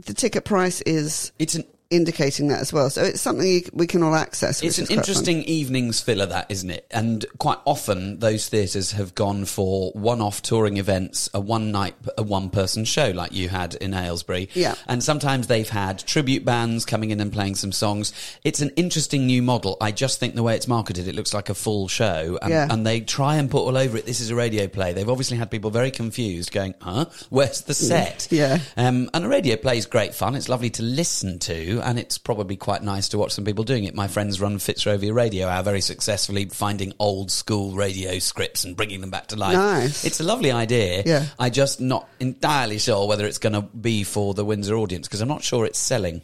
Speaker 1: the ticket price is
Speaker 2: It's an.
Speaker 1: indicating that as well. So it's something you, c- we can all access. which
Speaker 2: It's an
Speaker 1: is quite fun.
Speaker 2: interesting evening's filler, that isn't it? And quite often, those theatres have gone for one-off touring events, a one-night, a one-person show, like you had in Aylesbury.
Speaker 1: Yeah.
Speaker 2: And sometimes they've had tribute bands coming in and playing some songs. It's an interesting new model. I just think the way it's marketed, it looks like a full show, and,
Speaker 1: Yeah.
Speaker 2: and they try and put all over it. This is a radio play. They've obviously had people very confused, going, "Huh? Where's the
Speaker 1: Mm.
Speaker 2: set?"
Speaker 1: Yeah.
Speaker 2: Um, and a radio play is great fun. It's lovely to listen to, and it's probably quite nice to watch some people doing it. My friends run Fitzrovia Radio Hour very successfully, finding old school radio scripts and bringing them back to life.
Speaker 1: Nice.
Speaker 2: It's a lovely idea.
Speaker 1: Yeah.
Speaker 2: I just not entirely sure whether it's going to be for the Windsor audience because I'm not sure it's selling.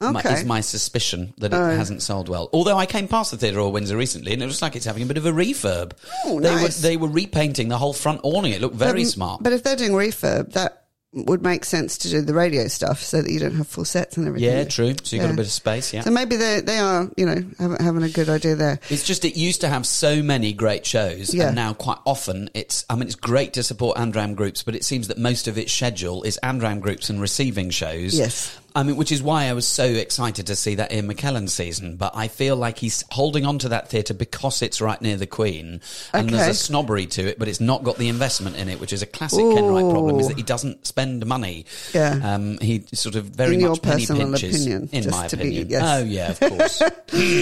Speaker 2: My,
Speaker 1: Okay. Oh.
Speaker 2: is my suspicion that it hasn't sold well. Although I came past the Theatre Royal Windsor recently, and it looks like it's having a bit of a refurb.
Speaker 1: Oh,
Speaker 2: they
Speaker 1: nice.
Speaker 2: were they were repainting the whole front awning. It looked very
Speaker 1: Um,
Speaker 2: smart.
Speaker 1: But if they're doing refurb, that would make sense to do the radio stuff so that you don't have full sets and everything.
Speaker 2: yeah, true. So you've got
Speaker 1: Yeah.
Speaker 2: a bit of space. Yeah.
Speaker 1: So maybe they they are you know having, having a good idea there.
Speaker 2: It's just it used to have so many great shows,
Speaker 1: Yeah.
Speaker 2: and now quite often it's. I mean, it's great to support Andram groups, but it seems that most of its schedule is Andram groups and receiving shows.
Speaker 1: Yes.
Speaker 2: I mean, which is why I was so excited to see that Ian McKellen season. But I feel like he's holding on to that theatre because it's right near the Queen, and there's
Speaker 1: Okay.
Speaker 2: a snobbery to it, but it's not got the investment in it, which is a classic Kenwright problem. Is that he doesn't spend money?
Speaker 1: Yeah.
Speaker 2: um, he sort of very
Speaker 1: In your
Speaker 2: much penny
Speaker 1: personal
Speaker 2: pinches.
Speaker 1: opinion,
Speaker 2: in
Speaker 1: just
Speaker 2: my
Speaker 1: to be-
Speaker 2: opinion,
Speaker 1: yes.
Speaker 2: oh yeah, of Um, course.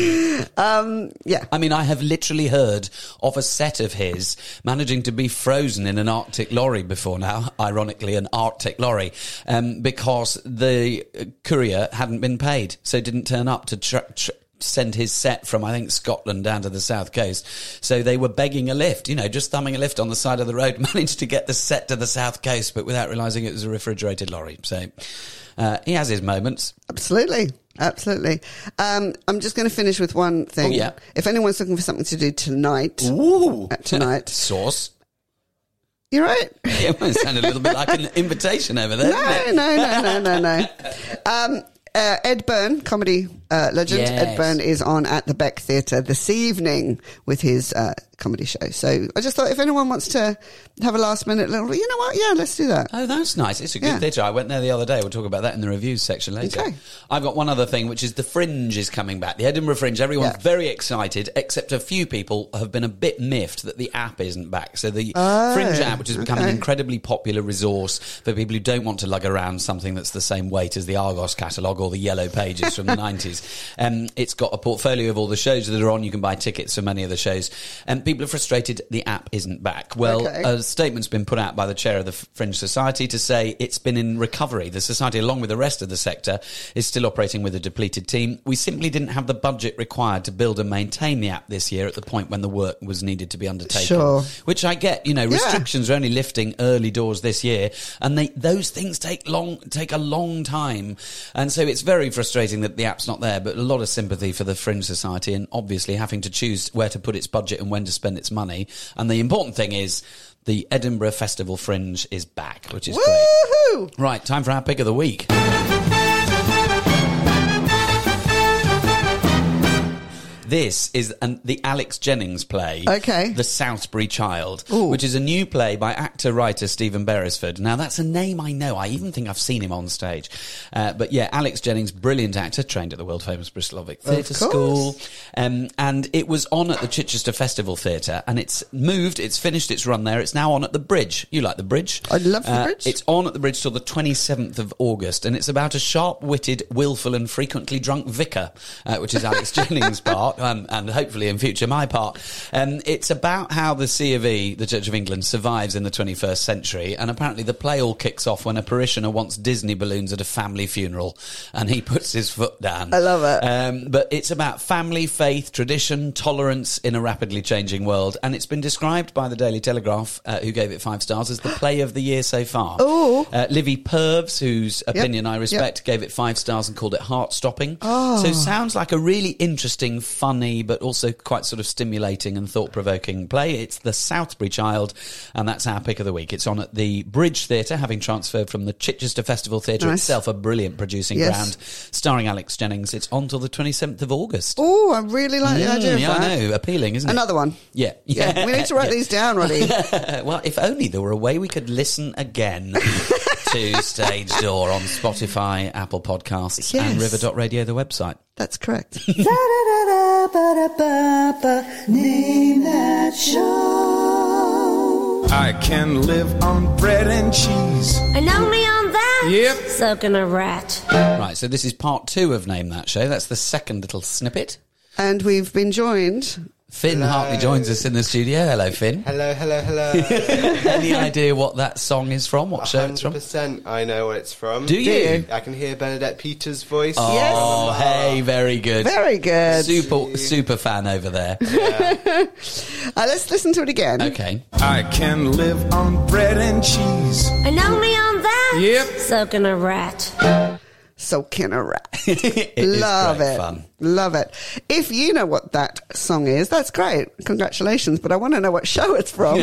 Speaker 1: Yeah.
Speaker 2: I mean, I have literally heard of a set of his managing to be frozen in an Arctic lorry before now, ironically, an Arctic lorry, um, because the uh, courier hadn't been paid, so didn't turn up to tr- tr- send his set from, I think, Scotland down to the south coast. So they were begging a lift, you know, just thumbing a lift on the side of the road, managed to get the set to the south coast, but without realising it was a refrigerated lorry. So uh, he has his moments.
Speaker 1: Absolutely. Absolutely. Um, I'm just going to finish with one thing.
Speaker 2: Oh, yeah.
Speaker 1: If anyone's looking for something to do tonight,
Speaker 2: Ooh.
Speaker 1: tonight,
Speaker 2: Sauce.
Speaker 1: you're right.
Speaker 2: It almost sounded a little bit like an invitation over there. didn't it?
Speaker 1: No, no, no, no, no, no. Um, uh, Ed Byrne, comedy uh, legend Ed
Speaker 2: Yes.
Speaker 1: Byrne, is on at the Beck Theatre this evening with his uh, comedy show. So I just thought if anyone wants to have a last minute little, you know what? Yeah, let's do that.
Speaker 2: Oh, that's nice. It's a good
Speaker 1: Yeah.
Speaker 2: theatre. I went there the other day. We'll talk about that in the reviews section later.
Speaker 1: Okay.
Speaker 2: I've got one other thing, which is the Fringe is coming back. The Edinburgh Fringe. Everyone's
Speaker 1: Yeah.
Speaker 2: very excited, except a few people have been a bit miffed that the app isn't back. So the Fringe app, which has become an
Speaker 1: Oh, okay.
Speaker 2: incredibly popular resource for people who don't want to lug around something that's the same weight as the Argos catalogue or the Yellow Pages from the 90s. Um, it's got a portfolio of all the shows that are on. You can buy tickets for many of the shows. And people are frustrated the app isn't back. Well,
Speaker 1: Okay.
Speaker 2: a statement's been put out by the chair of the Fringe Society to say it's been in recovery. The society, along with the rest of the sector, is still operating with a depleted team. We simply didn't have the budget required to build and maintain the app this year at the point when the work was needed to be undertaken.
Speaker 1: Sure.
Speaker 2: Which I get, you know, restrictions are only lifting early doors this year, and they those things take long take a long time, and so it's very frustrating that the app's not there. there, but a lot of sympathy for the Fringe Society and obviously having to choose where to put its budget and when to spend its money. And the important thing is the Edinburgh Festival Fringe is back, which is great.
Speaker 1: Woohoo!
Speaker 2: Right, time for our pick of the week. This is an, the Alex Jennings play,
Speaker 1: Okay.
Speaker 2: The Southbury Child,
Speaker 1: Ooh.
Speaker 2: which is a new play by actor writer Stephen Beresford. Now, that's a name I know. I even think I've seen him on stage. Uh, but yeah, Alex Jennings, brilliant actor, trained at the world famous Bristol Ovic Theatre
Speaker 1: course.
Speaker 2: School. Um, and it was on at the Chichester Festival Theatre, and it's moved, it's finished its run there. It's now on at the Bridge. You like the Bridge? Uh,
Speaker 1: I love the Bridge.
Speaker 2: It's on at the bridge till the 27th of August, and it's about a sharp witted, willful, and frequently drunk vicar, uh, which is Alex Jennings' part, um, and hopefully in future my part. Um, it's about how the C of E, the Church of England, survives in the 21st century, and apparently the play all kicks off when a parishioner wants Disney balloons at a family funeral, and he puts his foot down.
Speaker 1: I love it.
Speaker 2: Um, but it's about family, faith, tradition, tolerance in a rapidly changing world, and it's been described by the Daily Telegraph, uh, who gave it five stars, as the play of the year so far.
Speaker 1: Ooh.
Speaker 2: Uh, Livy Purves, whose opinion I
Speaker 1: yep.
Speaker 2: respect, gave it five stars and called it heart stopping. Oh. So sounds like a really interesting, funny, but also quite sort of stimulating and thought provoking play. It's The Southbury Child, and that's our pick of the week. It's on at the Bridge Theatre, having transferred from the Chichester Festival Theatre
Speaker 1: Nice.
Speaker 2: itself, a brilliant producing
Speaker 1: Yes.
Speaker 2: ground, starring Alex Jennings. It's on till the 27th of August.
Speaker 1: Oh, I really like the
Speaker 2: Mm,
Speaker 1: idea of
Speaker 2: yeah,
Speaker 1: that.
Speaker 2: I know. Appealing, isn't it?
Speaker 1: Another one.
Speaker 2: Yeah.
Speaker 1: Yeah. We need to write
Speaker 2: Yeah.
Speaker 1: these down, Roddy.
Speaker 2: Uh, well, if only there were a way we could listen again to Stage Door on Spotify, Apple Podcasts, and
Speaker 1: Yes.
Speaker 2: River.radio, the website.
Speaker 1: That's correct.
Speaker 4: I can live on bread and cheese.
Speaker 6: And only on that,
Speaker 4: Yep.
Speaker 6: soaking a rat.
Speaker 2: Right, so this is part two of Name That Show. That's the second little snippet.
Speaker 1: and we've been joined.
Speaker 2: Finn Hartley joins us in the studio. Hello, Finn.
Speaker 7: Hello, hello, hello.
Speaker 2: Any idea what that song is from? What show it's from?
Speaker 7: 100% I know where it's from.
Speaker 2: Do you?
Speaker 7: I can hear Bernadette Peters' voice.
Speaker 2: Oh, hey, very good.
Speaker 1: Very good.
Speaker 2: Super, super fan over there.
Speaker 1: Uh, let's listen to it again.
Speaker 2: Okay.
Speaker 4: I can live on bread and cheese.
Speaker 6: And only on that,
Speaker 4: Yep.
Speaker 6: soaking a rat.
Speaker 1: So can a rat.
Speaker 2: It is
Speaker 1: Love
Speaker 2: great
Speaker 1: it.
Speaker 2: fun.
Speaker 1: Love it. If you know what that song is, that's great. Congratulations. But I want to know what show it's from.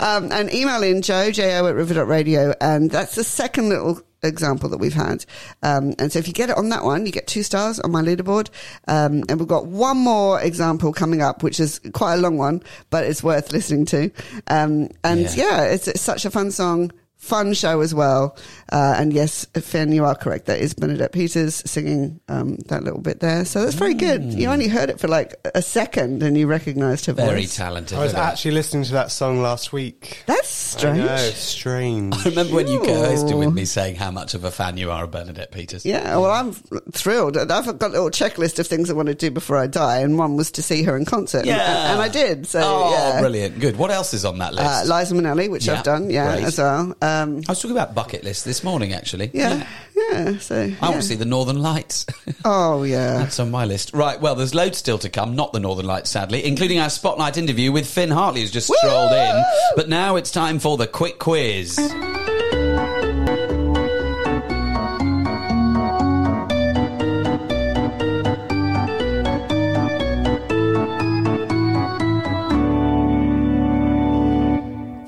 Speaker 1: um, and email in joe, jo at river.radio. And that's the second little example that we've had. Um, and so if you get it on that one, you get two stars on my leaderboard. Um, and we've got one more example coming up, which is quite a long one, but it's worth listening to. Um, and
Speaker 2: Yeah.
Speaker 1: yeah, it's, it's such a fun song fun show as well. Uh, and yes, Finn, you are correct. That is Bernadette Peters singing um, that little bit there. So that's very good.
Speaker 2: Mm.
Speaker 1: You only heard it for like a second and you recognised her
Speaker 2: Very
Speaker 1: voice.
Speaker 2: talented.
Speaker 7: I was
Speaker 2: Hello.
Speaker 7: actually listening to that song last week.
Speaker 1: That's
Speaker 7: I know,
Speaker 1: strange.
Speaker 7: strange.
Speaker 2: I remember when you co-hosted with
Speaker 1: Ooh.
Speaker 2: me saying how much of a fan you are of Bernadette Peters.
Speaker 1: Yeah, well, I'm thrilled. I've got a little checklist of things I want to do before I die, and one was to see her in concert.
Speaker 2: Yeah.
Speaker 1: And, and I did. So,
Speaker 2: oh,
Speaker 1: uh, yeah.
Speaker 2: brilliant. Good. What else is on that list?
Speaker 1: Uh, Liza Minnelli, which
Speaker 2: Yeah,
Speaker 1: I've done, yeah,
Speaker 2: great.
Speaker 1: as well. Um,
Speaker 2: I was talking about bucket list this morning, actually.
Speaker 1: yeah, yeah. So,
Speaker 2: I
Speaker 1: yeah.
Speaker 2: want to see the Northern Lights.
Speaker 1: Oh, yeah.
Speaker 2: That's on my list. Right, well, there's loads still to come, not the Northern Lights, sadly, including our spotlight interview with Finn Hartley, who's just strolled in. But now it's time for the quick quiz.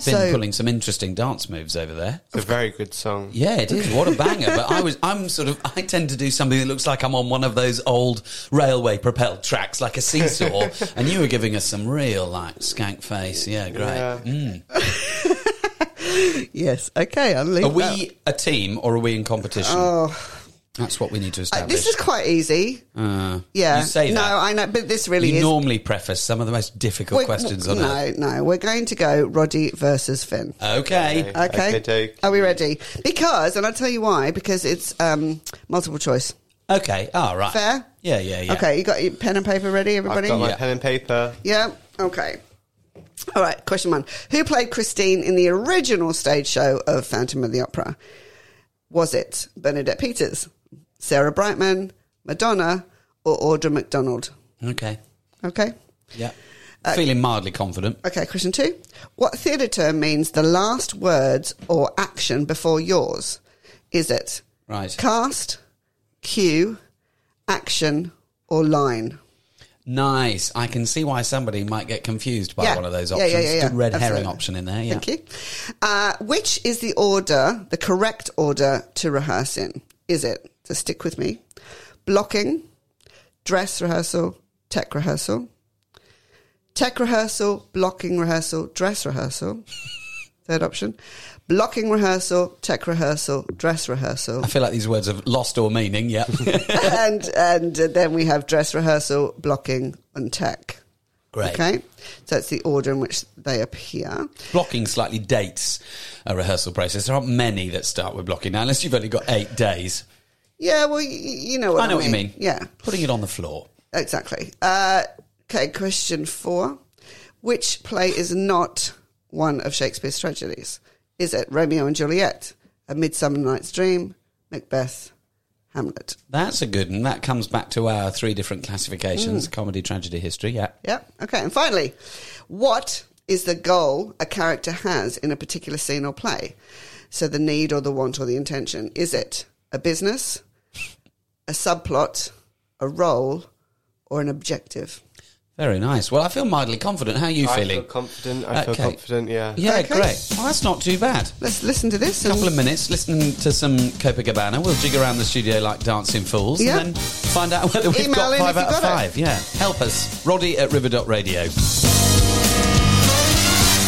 Speaker 2: Finn
Speaker 1: So-
Speaker 2: pulling some interesting dance moves over there.
Speaker 7: It's a very good song.
Speaker 2: Yeah, it is. What a banger! but I was, I'm sort of, I tend to do something that looks like I'm on one of those old railway propelled tracks, like a seesaw. and you were giving us some real like skank face. Yeah, great.
Speaker 7: Yeah.
Speaker 1: Yes. Okay, I'll leave
Speaker 2: Are
Speaker 1: that.
Speaker 2: we a team or are we in competition? That's what we need
Speaker 1: Oh.
Speaker 2: to
Speaker 1: Uh,
Speaker 2: establish. Uh,
Speaker 1: this is quite easy. yeah.
Speaker 2: you say
Speaker 1: no,
Speaker 2: that.
Speaker 1: I know, but this really
Speaker 2: you
Speaker 1: is.
Speaker 2: normally preface some of the most difficult
Speaker 1: We're-
Speaker 2: questions on
Speaker 1: No,
Speaker 2: earth.
Speaker 1: no. We're going to go Roddy versus Finn.
Speaker 2: Okay. Uh,
Speaker 1: Okay.
Speaker 7: Okey-doke.
Speaker 1: Are we ready? Because, and I'll tell you why, because it's um, multiple choice.
Speaker 2: Okay. All right.
Speaker 1: Fair?
Speaker 2: Yeah, yeah, yeah.
Speaker 1: Okay, you got your pen and paper ready, everybody?
Speaker 7: I've got my
Speaker 2: Yeah.
Speaker 7: pen and paper.
Speaker 1: yeah. Okay. All right, question one. Who played Christine in the original stage show of Phantom of the Opera? Was it Bernadette Peters, Sarah Brightman, Madonna, or Audra McDonald?
Speaker 2: Okay.
Speaker 1: Okay.
Speaker 2: Yeah.
Speaker 1: Uh,
Speaker 2: Feeling mildly confident.
Speaker 1: Okay, question two. What theatre term means the last words or action before yours? Is it
Speaker 2: Right.
Speaker 1: cast, cue, action, or line.
Speaker 2: Nice. I can see why somebody might get confused by
Speaker 1: Yeah.
Speaker 2: one of those
Speaker 1: Yeah,
Speaker 2: options.
Speaker 1: yeah, yeah, yeah.
Speaker 2: Good red herring
Speaker 1: Absolutely.
Speaker 2: option in there. Yeah.
Speaker 1: Thank you. Uh, which is the order, the correct order to rehearse in? Is it, so stick with me, blocking, dress rehearsal, tech rehearsal, tech rehearsal, blocking rehearsal, dress rehearsal? Third option, blocking rehearsal, tech rehearsal, dress rehearsal.
Speaker 2: I feel like these words have lost all meaning. Yeah.
Speaker 1: and, and uh, then we have dress rehearsal, blocking, and tech.
Speaker 2: Great.
Speaker 1: Okay, so that's the order in which they appear.
Speaker 2: Blocking slightly dates a rehearsal process. There aren't many that start with blocking now, unless you've only got eight days.
Speaker 1: Yeah, well, you, you know what I,
Speaker 2: I know what you mean.
Speaker 1: Yeah,
Speaker 2: Putting it on the floor.
Speaker 1: exactly. Uh, okay, question four: Which play is not one of Shakespeare's tragedies? Is it Romeo and Juliet, A Midsummer Night's Dream, Macbeth, Hamlet?
Speaker 2: That's a good one. That comes back to our three different
Speaker 1: Mm.
Speaker 2: classifications comedy, tragedy, history. Yeah.
Speaker 1: Yeah. Okay. And finally, what is the goal a character has in a particular scene or play? So the need or the want or the intention. Is it a business, a subplot, a role, or an objective?
Speaker 2: Very nice. Well, I feel mildly confident. How are you
Speaker 7: I
Speaker 2: feeling?
Speaker 7: feel confident. I
Speaker 2: Okay.
Speaker 7: feel confident. Yeah.
Speaker 2: yeah,
Speaker 1: Okay.
Speaker 2: great. Well, that's not too bad.
Speaker 1: Let's listen to this.
Speaker 2: A
Speaker 1: and-
Speaker 2: couple of minutes, listen to some Copacabana. We'll jig around the studio like dancing fools
Speaker 1: Yeah.
Speaker 2: and then find out whether we've
Speaker 1: Email
Speaker 2: got
Speaker 1: in if
Speaker 2: five out
Speaker 1: you've
Speaker 2: of
Speaker 1: got it.
Speaker 2: five. Yeah. Help us. Roddy at river.radio.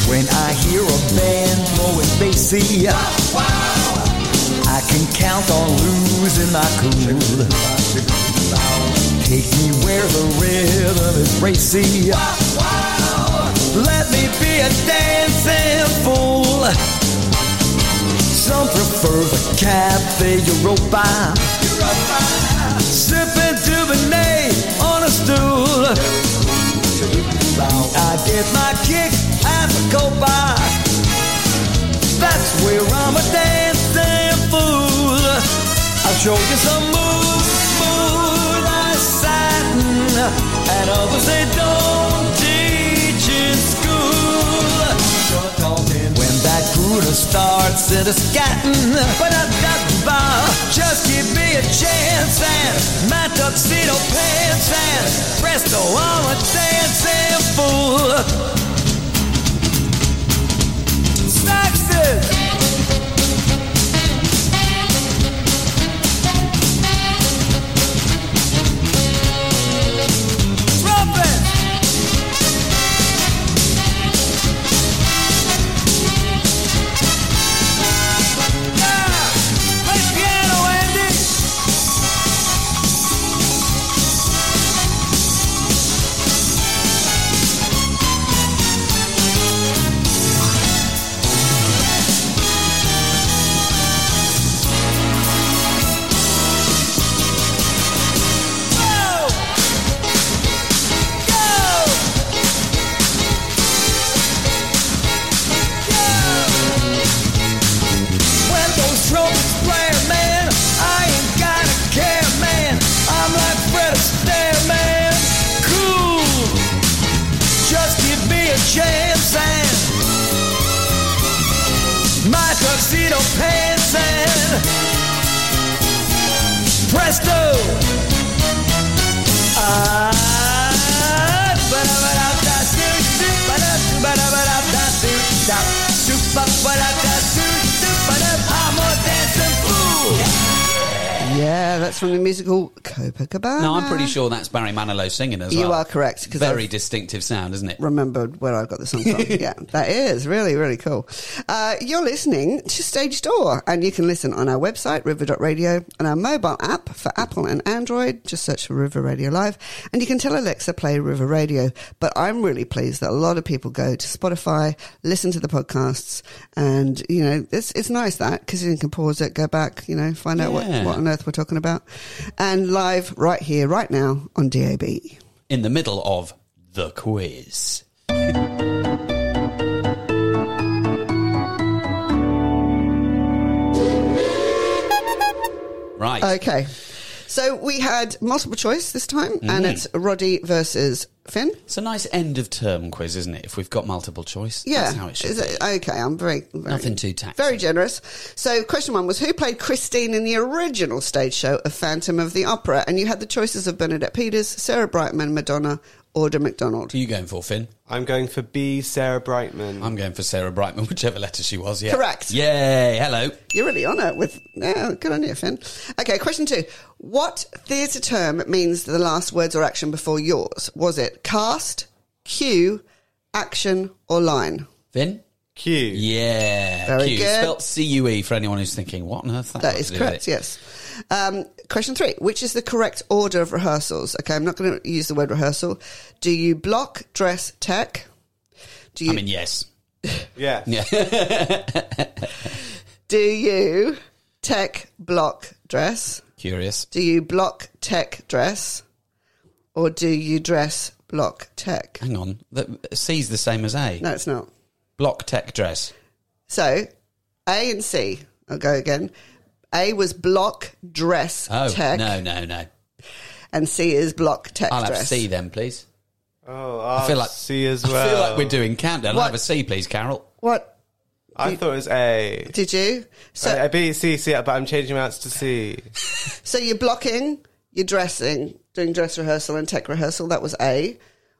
Speaker 8: When I hear a band blowing bassy, I can count on losing my cool. Take me where the rhythm is racy. Let me be a dancing fool. Some prefer the cafe Europa. Sipping Dubonnet on a stool. I get my kick at the Copa. That's where I'm a dancing fool. I'll show you some moves, moonlight satin, and others they don't teach in school. You're talking when that crooner starts in a scatting, but not that bar. Just give me a chance and my tuxedo pants and presto, I'm a dancing fool. Saxon. Trumpet. Yeah. Play piano, Andy. Go! Go! When those trumpets blare, man, I ain't gotta care, man. I'm like Fred Astaire, man. Cool. Just give me a chance and my tuxedo pants and presto. Ah, ba-da-ba-da-da-doo-doo, ba-da-doo, ba-da-ba-da-da-doo-dah, doo-ba-ba-da-da-doo-doo, ba-da- I'm a dancing fool.
Speaker 1: Yeah, that's from the musical Copacabana.
Speaker 2: Now, I'm pretty sure that's Barry Manilow singing as
Speaker 1: Uh-huh. You
Speaker 2: well.
Speaker 1: are correct, 'cause
Speaker 2: Very
Speaker 1: I've-
Speaker 2: distinctive sound, isn't it?
Speaker 1: Remembered where I got the song from. yeah, that is really, really cool. Uh, you're listening to Stage Door, and you can listen on our website, river.radio, and our mobile app for Apple and Android. Just search for River Radio Live, and you can tell Alexa play River Radio. But I'm really pleased that a lot of people go to Spotify, listen to the podcasts, and, you know, it's, it's nice that because you can pause it, go back, you know, find out
Speaker 2: Yeah.
Speaker 1: what, what on earth we're talking about, and live right here, right now on DAB.
Speaker 2: In the middle of the quiz. Right.
Speaker 1: Okay. So we had multiple choice this time,
Speaker 2: Mm.
Speaker 1: and it's Roddy versus Finn.
Speaker 2: It's a nice end of term quiz, isn't it? If we've got multiple choice,
Speaker 1: Yeah.
Speaker 2: that's how it should.
Speaker 1: Is
Speaker 2: be.
Speaker 1: it- okay, I'm very, very-
Speaker 2: Nothing too taxing.
Speaker 1: Very generous. So, question one was Who played Christine in the original stage show of Phantom of the Opera? And you had the choices of Bernadette Peters, Sarah Brightman, Madonna, Audra McDonald.
Speaker 2: Who are you going for, Finn?
Speaker 7: I'm going for B, Sarah Brightman.
Speaker 2: I'm going for Sarah Brightman, whichever letter she was. Yeah,
Speaker 1: Correct.
Speaker 2: Yay! Hello.
Speaker 1: You're really on it with. Yeah, good on you, Finn. Okay, question two. What theatre term means the last words or action before yours? Was it cast, cue, action, or line?
Speaker 2: Finn.
Speaker 7: Q.
Speaker 2: Yeah.
Speaker 1: Very
Speaker 2: Q.
Speaker 1: good.
Speaker 2: Spelled C U E for anyone who's thinking, what on earth?
Speaker 1: That
Speaker 2: got
Speaker 1: is
Speaker 2: to do with
Speaker 1: correct,
Speaker 2: it?
Speaker 1: yes. Um, question three Which is the correct order of rehearsals? Okay, I'm not going to use the word rehearsal. Do you block, dress, tech? Do you,
Speaker 2: I mean, yes.
Speaker 7: Yeah.
Speaker 1: do you tech, block, dress?
Speaker 2: Curious.
Speaker 1: Do you block, tech, dress? Or do you dress, block, tech?
Speaker 2: Hang on. The, C's the same as A.
Speaker 1: No, it's not.
Speaker 2: Block tech dress.
Speaker 1: So A and C. I'll go again. A was block, dress,
Speaker 2: Oh
Speaker 1: tech.
Speaker 2: no no no!
Speaker 1: And C is block, tech,
Speaker 2: I'll
Speaker 1: dress.
Speaker 2: have C then, please.
Speaker 7: Oh, I'll
Speaker 2: I feel like
Speaker 7: C as
Speaker 2: I
Speaker 7: well.
Speaker 2: feel like we're doing countdown. I'll
Speaker 1: What?
Speaker 2: have a C, please, Carol.
Speaker 1: What
Speaker 7: I thought it was A.
Speaker 1: did you?
Speaker 4: Oh,
Speaker 1: So
Speaker 2: Uh,
Speaker 7: A, B, C, C, but I'm changing my answer to C.
Speaker 1: So you're blocking, you're dressing, doing dress rehearsal and tech rehearsal. That was A.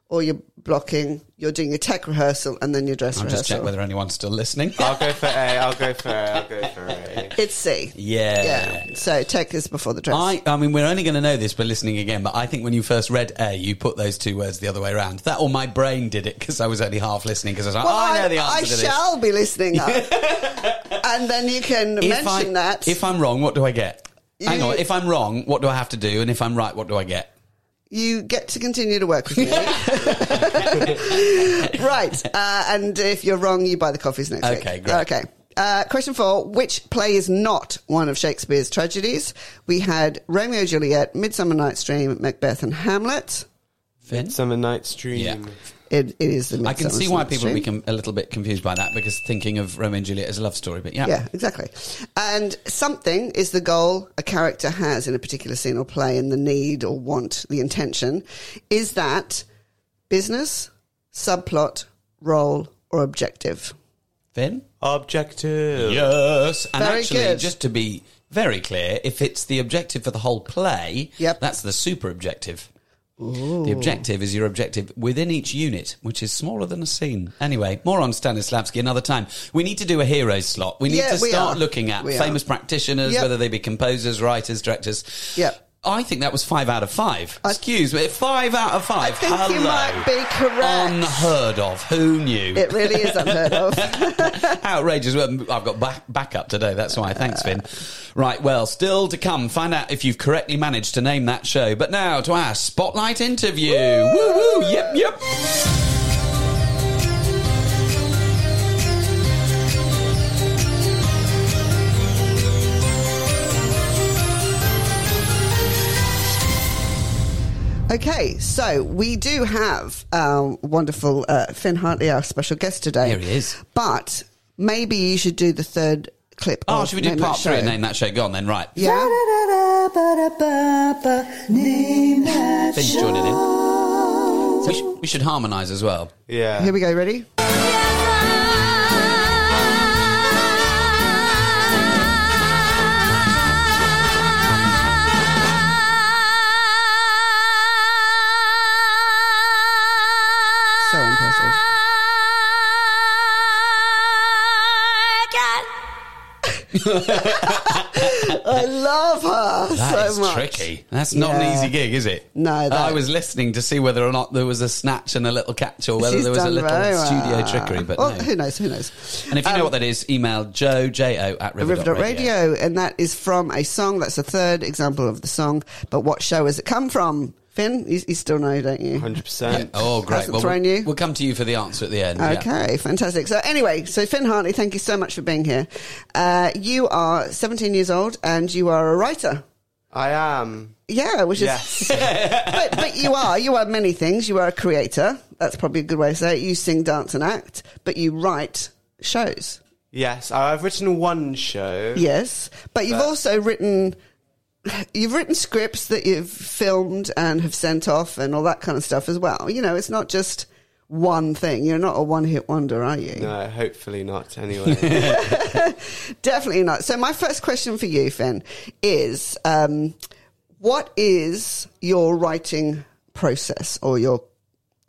Speaker 1: Or you're blocking, you're doing your tech rehearsal and then your dress
Speaker 2: I'll
Speaker 1: rehearsal.
Speaker 2: just check whether anyone's still listening.
Speaker 7: I'll go for A. I'll go for A. I'll go for A.
Speaker 1: it's C.
Speaker 2: Yeah.
Speaker 1: Yeah. So tech is before the dress.
Speaker 2: I, I mean, we're only going to know this by listening again, but I think when you first read A, you put those two words the other way around. That or my brain did it because I was only half listening because I was like,
Speaker 1: well,
Speaker 2: "Oh, I know the answer
Speaker 1: I
Speaker 2: to this.
Speaker 1: shall be listening up. and then you can
Speaker 2: If
Speaker 1: mention
Speaker 2: I,
Speaker 1: that.
Speaker 2: If I'm wrong, what do I get? Hang
Speaker 1: You-
Speaker 2: on. If I'm wrong, what do I have to do? And if I'm right, what do I get?
Speaker 1: you get to continue to work with me. right. Uh, and if you're wrong, you buy the coffees next week.
Speaker 2: Okay, great.
Speaker 1: Okay. Uh, question four Which play is not one of Shakespeare's tragedies? We had Romeo and Juliet, Midsummer Night's Dream, Macbeth, and Hamlet.
Speaker 2: Finn?
Speaker 7: Summer Night's Dream.
Speaker 2: Yeah.
Speaker 1: It, it is the
Speaker 2: I can
Speaker 1: Midsummer
Speaker 2: see why
Speaker 1: Night's
Speaker 2: people
Speaker 1: Dream.
Speaker 2: become a little bit confused by that because thinking of Romeo and Juliet as a love story, but yeah.
Speaker 1: Yeah, exactly. And something is the goal a character has in a particular scene or play, and the need or want, the intention. Is that business, subplot, role, or objective?
Speaker 2: Finn?
Speaker 7: Objective.
Speaker 2: Yes. And
Speaker 1: Very
Speaker 2: actually,
Speaker 1: good.
Speaker 2: just to be very clear, if it's the objective for the whole play,
Speaker 1: Yep.
Speaker 2: that's the super objective. The objective is your objective within each unit, which is smaller than a scene. Anyway, more on Stanislavski another time. We need to do a heroes slot. We need
Speaker 1: Yeah,
Speaker 2: to
Speaker 1: we
Speaker 2: start
Speaker 1: are.
Speaker 2: looking at
Speaker 1: We are.
Speaker 2: famous practitioners,
Speaker 1: Yep.
Speaker 2: whether they be composers, writers, directors.
Speaker 1: Yep.
Speaker 2: I think that was five out of five. Excuse me, five out of five.
Speaker 1: I think
Speaker 2: Hello.
Speaker 1: you might be correct.
Speaker 2: Unheard of. Who knew?
Speaker 1: It really is unheard of.
Speaker 2: Outrageous. Well, I've got back, back up today. That's why. Thanks, Finn. Right. Well, still to come. Find out if you've correctly managed to name that show. But now to our spotlight interview. Woo woo. Yep, yep.
Speaker 1: Oh, Okay, so we do have um, wonderful uh, Finn Hartley, our special guest today.
Speaker 2: Here he is.
Speaker 1: But maybe you should do the third clip.
Speaker 2: Oh,
Speaker 1: of
Speaker 2: should we do
Speaker 1: Name
Speaker 2: part
Speaker 1: That
Speaker 2: three
Speaker 1: Show?
Speaker 2: and name that show? Go on then. Right.
Speaker 1: Yeah.
Speaker 2: Finn's joining in. We, sh- we should harmonise as well.
Speaker 7: Yeah.
Speaker 1: Here we go. Ready? So impressive. I love her
Speaker 2: That
Speaker 1: so
Speaker 2: is
Speaker 1: much.
Speaker 2: tricky. Oh, That's not
Speaker 1: Yeah.
Speaker 2: an easy gig, is it?
Speaker 1: No, that-
Speaker 2: I was listening to see whether or not there was a snatch and a little catch, or whether
Speaker 1: She's
Speaker 2: there was a
Speaker 1: done
Speaker 2: little
Speaker 1: very well.
Speaker 2: studio trickery. But
Speaker 1: Well,
Speaker 2: no.
Speaker 1: who knows? Who knows?
Speaker 2: And if you know what that is, email joe, J-O, at river,
Speaker 1: River
Speaker 2: dot
Speaker 1: Dot Radio, and that is from a song. That's the third example of the song. But what show has it come from? Finn, you, you still know, don't you?
Speaker 7: 100%.
Speaker 2: Oh, great.
Speaker 1: Hasn't
Speaker 2: well,
Speaker 1: thrown
Speaker 2: we'll,
Speaker 1: you?
Speaker 2: we'll come to you for the answer at the end. yeah.
Speaker 1: Okay, fantastic. So anyway, so Finn Hartley, thank you so much for being here. Uh, you are 17 years old and you are a writer.
Speaker 7: I am.
Speaker 1: Yeah, which is,
Speaker 7: Yes.
Speaker 1: but, but you are, you are many things. You are a creator. That's probably a good way to say it. You sing, dance and act, but you write shows.
Speaker 7: yes. I've written one show.
Speaker 1: Yes. But you've also written you've written scripts that you've filmed and have sent off and all that kind of stuff as well. You know, it's not just one thing. You're not a one hit wonder, are you?
Speaker 7: No, hopefully not. Anyway,
Speaker 1: Definitely not. So my first question for you, Finn, is um, what is your writing process or your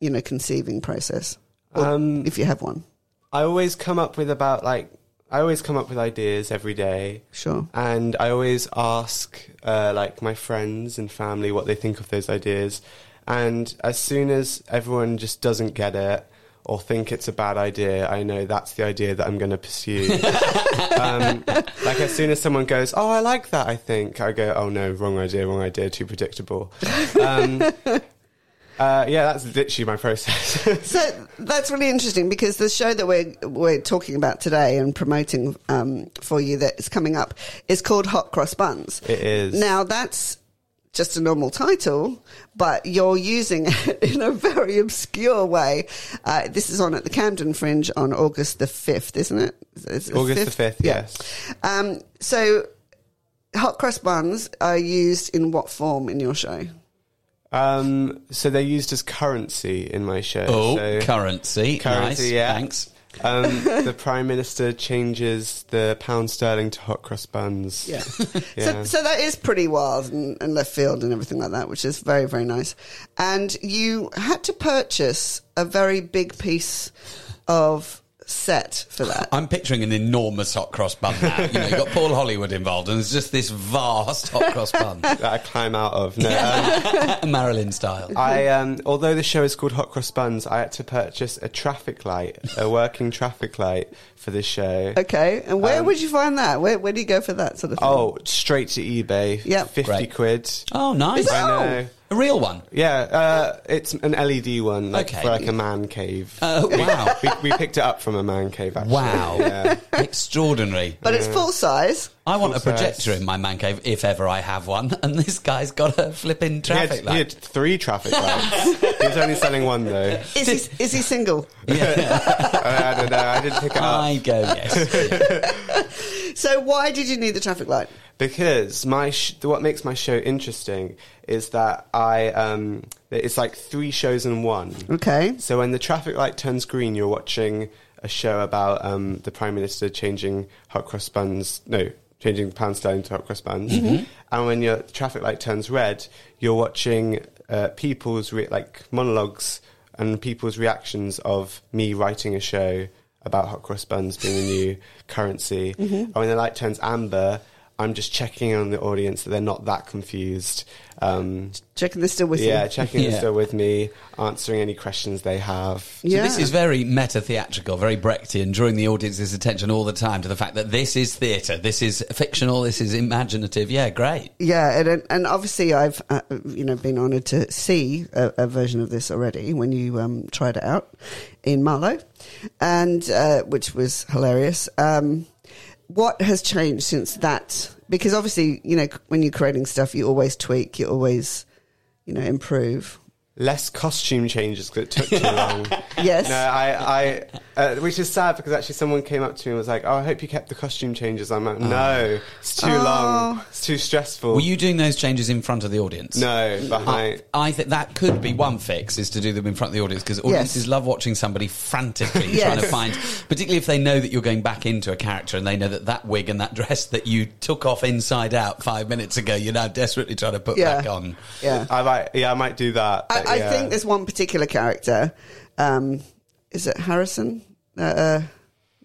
Speaker 1: you know conceiving process, Or
Speaker 7: Um,
Speaker 1: if you have one?
Speaker 7: I always come up with about like I always come up with ideas every day.
Speaker 1: Sure.
Speaker 7: and I always ask uh, like my friends and family what they think of those ideas. And as soon as everyone just doesn't get it or think it's a bad idea, I know that's the idea that I'm going to pursue. um, like as soon as someone goes, "Oh, I like that," I think I go, "Oh no, wrong idea, wrong idea, too predictable." Um, uh, yeah, that's literally my process.
Speaker 1: So that's really interesting because the show that we're we're talking about today and promoting um, for you that is coming up is called Hot Cross Buns.
Speaker 7: It is.
Speaker 1: Now that's just a normal title, but you're using it in a very obscure way. Uh, this is on at the Camden Fringe on August the fifth, isn't it? Is it
Speaker 7: August the fifth, yes.
Speaker 1: Um, so hot cross buns are used in what form in your show?
Speaker 7: Um, so they're used as currency in my show.
Speaker 2: Oh,
Speaker 7: so-
Speaker 2: currency.
Speaker 7: Currency,
Speaker 2: nice.
Speaker 7: yeah.
Speaker 2: Thanks.
Speaker 7: Um, the prime minister changes the pound sterling to hot cross buns.
Speaker 1: Yeah.
Speaker 7: Yeah.
Speaker 1: So, so that is pretty wild and, and left field and everything like that, which is very, very nice. And you had to purchase a very big piece of set for that.
Speaker 2: I'm picturing an enormous hot cross bun now. You know, you've got Paul Hollywood involved, and it's just this vast hot cross bun,
Speaker 7: that I climb out of. No, um,
Speaker 2: Marilyn style.
Speaker 7: I um, although the show is called Hot Cross Buns, I had to purchase a traffic light, a working traffic light for this show.
Speaker 1: Okay. And where
Speaker 7: Um,
Speaker 1: would you find that? Where, where do you go for that sort of thing?
Speaker 7: Oh, straight to eBay.
Speaker 1: Yep.
Speaker 7: fifty
Speaker 2: Great.
Speaker 7: quid.
Speaker 2: Oh, nice.
Speaker 7: I know.
Speaker 2: A real one.
Speaker 7: Yeah, uh, it's an LED one, like
Speaker 2: Okay.
Speaker 7: for like a man cave.
Speaker 2: Oh, wow.
Speaker 7: we, we picked it up from a man cave. Actually.
Speaker 2: Wow.
Speaker 7: Yeah.
Speaker 2: Extraordinary.
Speaker 1: But it's full size.
Speaker 2: I want a
Speaker 7: Full size.
Speaker 2: projector in my man cave if ever I have one, and this guy's got a flipping
Speaker 7: He had,
Speaker 2: traffic
Speaker 7: he had
Speaker 2: light.
Speaker 7: three traffic lights. he was only selling one though.
Speaker 1: Is he, is he single?
Speaker 7: I, I don't know. I didn't pick it up.
Speaker 2: I go yes.
Speaker 1: So why did you need the traffic light?
Speaker 7: because my sh- what makes my show interesting is that I um it's like three shows in one.
Speaker 1: Okay.
Speaker 7: So when the traffic light turns green, you're watching a show about um the prime minister changing hot cross buns. No. Changing pound sterling to hot cross buns, and when your traffic light turns red, you're watching uh, people's re- like monologues and people's reactions of me writing a show about hot cross buns being a new currency. And when the light turns amber, I'm just checking on the audience that they're not that confused. Um,
Speaker 1: Checking they're still with you.
Speaker 7: yeah, checking
Speaker 2: Yeah.
Speaker 7: they're still with me, answering any questions they have.
Speaker 2: So
Speaker 1: Yeah.
Speaker 2: this is very meta theatrical, very Brechtian, drawing the audience's attention all the time to the fact that this is theatre, this is fictional, this is imaginative. Yeah, great.
Speaker 1: Yeah, and and obviously I've uh, you know been honoured to see a, a version of this already when you um, tried it out in Marlow, and uh, which was hilarious. Um, what has changed since that? Because obviously you know c- when you're creating stuff, you always tweak, you always you know improve.
Speaker 7: Less costume changes because it took too long.
Speaker 1: Yes.
Speaker 7: No, I, I uh, which is sad because actually someone came up to me and was like, "Oh, I hope you kept the costume changes." I'm like, "No, it's too
Speaker 1: Oh.
Speaker 7: long, it's too stressful."
Speaker 2: Oh. Were you Oh. doing those changes in front of the audience?
Speaker 7: no behind?
Speaker 2: I think that could be one fix is to do them in front of the audience because audiences love watching somebody frantically
Speaker 1: Yes.
Speaker 2: trying to find, particularly if they know that you're going back into a character and they know that that wig and that dress that you took off inside out five minutes ago, you're now desperately trying to put
Speaker 1: Yeah.
Speaker 2: back on.
Speaker 1: Yeah,
Speaker 7: I might, yeah, I might do that.
Speaker 1: I,
Speaker 7: but
Speaker 1: I
Speaker 7: yeah.
Speaker 1: think there's one particular character. Um, is it Harrison? Uh, uh,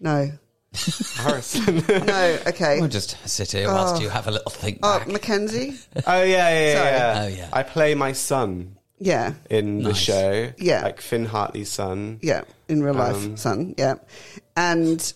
Speaker 1: no,
Speaker 7: Harrison.
Speaker 1: no. Okay.
Speaker 2: I'll just sit here whilst you have a little think
Speaker 1: Oh,
Speaker 2: back.
Speaker 1: Mackenzie.
Speaker 7: Oh yeah, yeah,
Speaker 1: Sorry.
Speaker 7: yeah.
Speaker 2: Oh, yeah.
Speaker 7: I play my son
Speaker 1: Yeah.
Speaker 7: in the
Speaker 2: Nice.
Speaker 7: show.
Speaker 1: Yeah.
Speaker 7: like Finn Hartley's son.
Speaker 1: Yeah, in real life,
Speaker 7: Um,
Speaker 1: son. Yeah, and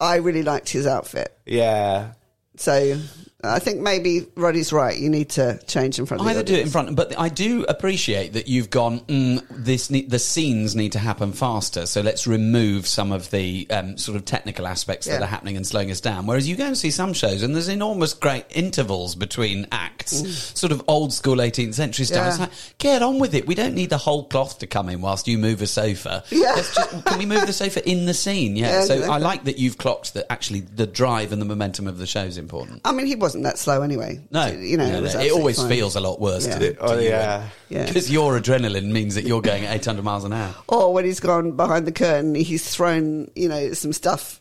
Speaker 1: I really liked his outfit.
Speaker 7: Yeah,
Speaker 1: So I think maybe Roddy's right. You need to change in front of the
Speaker 2: Either do it in
Speaker 1: audience.
Speaker 2: front, but I do appreciate that you've gone. Mm, this ne- the scenes need to happen faster, so let's remove some of the um, sort of technical aspects that
Speaker 1: Yeah.
Speaker 2: are happening and slowing us down. Whereas you go and see some shows, and there's enormous great intervals between acts, sort of old school 18th century style. It's
Speaker 1: Yeah.
Speaker 2: like get on with it. We don't need the whole cloth to come in whilst you move a sofa.
Speaker 1: Yeah.
Speaker 2: Let's just, can we move the sofa in the scene? Yeah.
Speaker 1: Yeah,
Speaker 2: so I
Speaker 1: exactly.
Speaker 2: like that you've clocked that actually the drive and the momentum of the show is important.
Speaker 1: I mean, he wasn't that slow anyway.
Speaker 2: No,
Speaker 1: you know,
Speaker 2: no,
Speaker 1: it, was
Speaker 2: no. it
Speaker 1: absolutely
Speaker 2: always
Speaker 1: fine.
Speaker 2: feels a lot worse.
Speaker 1: Yeah.
Speaker 2: To, to
Speaker 7: Oh
Speaker 2: you
Speaker 7: yeah.
Speaker 1: Yeah.
Speaker 2: Because your adrenaline means that you're going at 800 miles an hour.
Speaker 1: Or when he's gone behind the curtain, he's thrown you know some stuff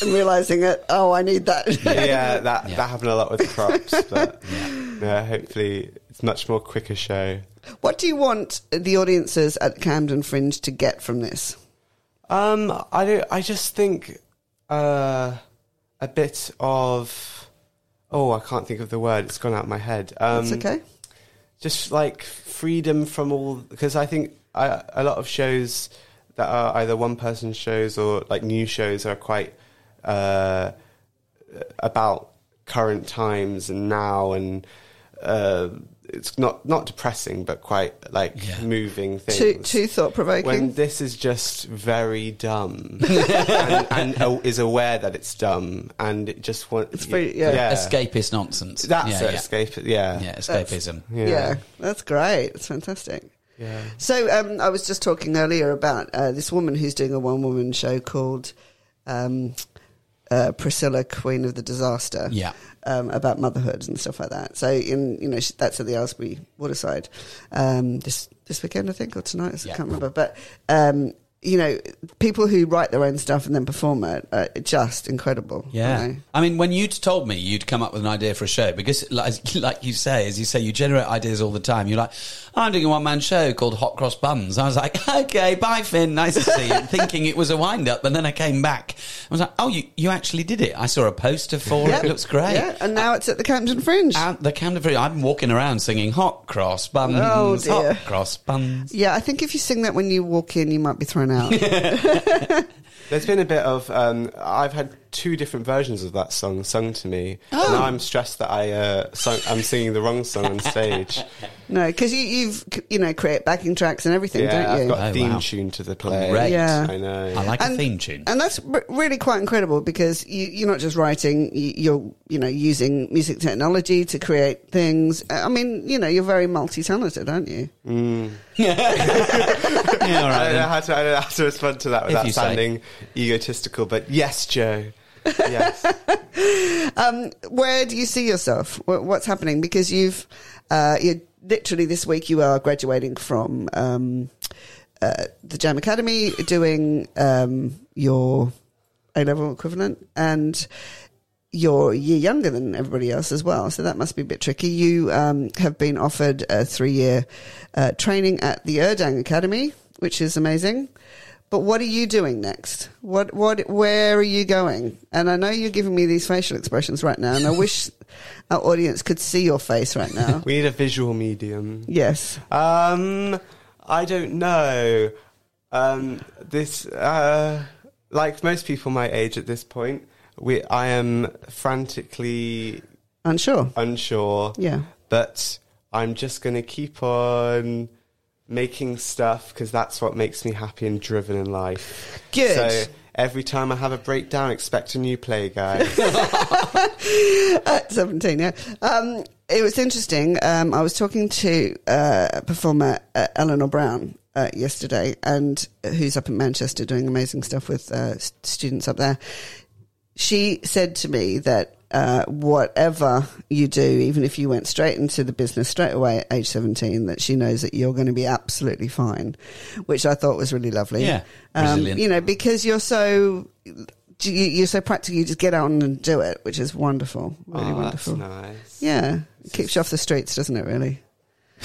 Speaker 1: and realizing it. Oh, I need that.
Speaker 7: yeah, that
Speaker 2: Yeah.
Speaker 7: that happened a lot with the props, but yeah, hopefully it's much more quicker show.
Speaker 1: what do you want the audiences at Camden Fringe to get from this?
Speaker 7: Um, I don't. I just think uh, a bit of oh, I can't think of the word. It's gone out of my head. Um,
Speaker 1: It's okay.
Speaker 7: Just like freedom from all because I think I, a lot of shows that are either one person shows or like new shows are quite uh, about current times and now and. Uh, it's not not depressing, but quite like
Speaker 2: Yeah.
Speaker 7: moving things.
Speaker 1: Too too thought
Speaker 7: When
Speaker 1: provoking.
Speaker 7: this is just very dumb and, and uh, is aware that it's dumb and it just wants. It's
Speaker 1: very- yeah.
Speaker 2: Escapist nonsense.
Speaker 7: That's
Speaker 2: yeah,
Speaker 7: it,
Speaker 2: yeah.
Speaker 7: escape. Yeah.
Speaker 2: Yeah, escapism.
Speaker 1: Yeah. that's great. It's fantastic.
Speaker 7: Yeah.
Speaker 1: So um, I was just talking earlier about uh, this woman who's doing a one woman show called um, uh, Priscilla, Queen of the Disaster.
Speaker 2: Yeah.
Speaker 1: Um, about motherhood and stuff like that. So in you know she, that's at the Aylesbury Waterside um, this this weekend I think or tonight I
Speaker 2: Yeah.
Speaker 1: can't remember. But um, you know people who write their own stuff and then perform it are just incredible.
Speaker 2: Yeah.
Speaker 1: you know.
Speaker 2: I mean, when you'd told me you'd come up with an idea for a show, because like, like you say, as you say, you generate ideas all the time. You're like, I'm doing a one man show called Hot Cross Buns. I was like, okay, bye, Finn. Nice to see you. Thinking it was a wind up. And then I came back. I was like, oh, you, you actually did it. I saw a poster for
Speaker 1: Yeah.
Speaker 2: it. Looks great.
Speaker 1: Yeah, and now it's at the Camden Fringe.
Speaker 2: And the Camden Free, I'm walking around singing Hot Cross Buns.
Speaker 1: Oh, dear.
Speaker 2: Hot Cross Buns.
Speaker 1: yeah, I think if you sing that when you walk in, you might be thrown out.
Speaker 7: There's been a bit of. Um, I've had two different versions of that song sung to me.
Speaker 2: Oh.
Speaker 7: And now I'm stressed that I, uh, sung, I'm singing the wrong song on stage.
Speaker 1: No, because you, you've you know create backing tracks and everything,
Speaker 7: yeah,
Speaker 1: don't
Speaker 7: I've
Speaker 1: you?
Speaker 7: got
Speaker 2: Oh,
Speaker 7: a theme
Speaker 2: wow.
Speaker 7: tune to the play.
Speaker 2: Great.
Speaker 1: Yeah.
Speaker 7: I know.
Speaker 2: I like
Speaker 1: And-
Speaker 2: a theme tune.
Speaker 1: and that's r- really quite incredible because you, you're not just writing; you, you're you know using music technology to create things. I mean, you know, you're very multi-talented, aren't you?
Speaker 2: yeah, all
Speaker 7: I
Speaker 2: right.
Speaker 7: don't know
Speaker 2: then.
Speaker 7: how to. I don't know how to respond to that
Speaker 2: you
Speaker 7: without
Speaker 2: say.
Speaker 7: sounding egotistical. But yes, Joe. Yes.
Speaker 1: Where do you see yourself? Wh- What's happening? Because you've uh, you literally this week you are graduating from um, uh, the Jam Academy, doing um, your A level equivalent, and you're a year younger than everybody else as well, so that must be a bit tricky. You um, have been offered a three year uh, training at the Erdang Academy, which is amazing. But what are you doing next? What what where are you going? And I know you're giving me these facial expressions right now, and I wish our audience could see your face right now.
Speaker 7: We need a visual medium.
Speaker 1: yes,
Speaker 7: Um, I don't know. Um, this, uh, like most people my age at this point, we I am frantically
Speaker 1: unsure.
Speaker 7: unsure.
Speaker 1: Yeah.
Speaker 7: But I'm just gonna keep on making stuff because that's what makes me happy and driven in life.
Speaker 1: Good.
Speaker 7: So every time I have a breakdown, expect a new play, guys.
Speaker 1: at 17, yeah. Um, it was interesting. Um, I was talking to uh, performer uh, Eleanor Brown uh, yesterday, and uh, who's up in Manchester doing amazing stuff with uh, s- students up there. She said to me that uh, whatever you do, even if you went straight into the business straight away at age 17, that she knows that you're going to be absolutely fine, which I thought was really lovely.
Speaker 2: Yeah,
Speaker 1: Um,
Speaker 2: resilient.
Speaker 1: you know, because you're so you- you're so practical. You just get out and do it, which is wonderful, really
Speaker 7: Oh, that's
Speaker 1: wonderful.
Speaker 7: nice.
Speaker 1: Yeah, it keeps you off the streets, doesn't it? Really.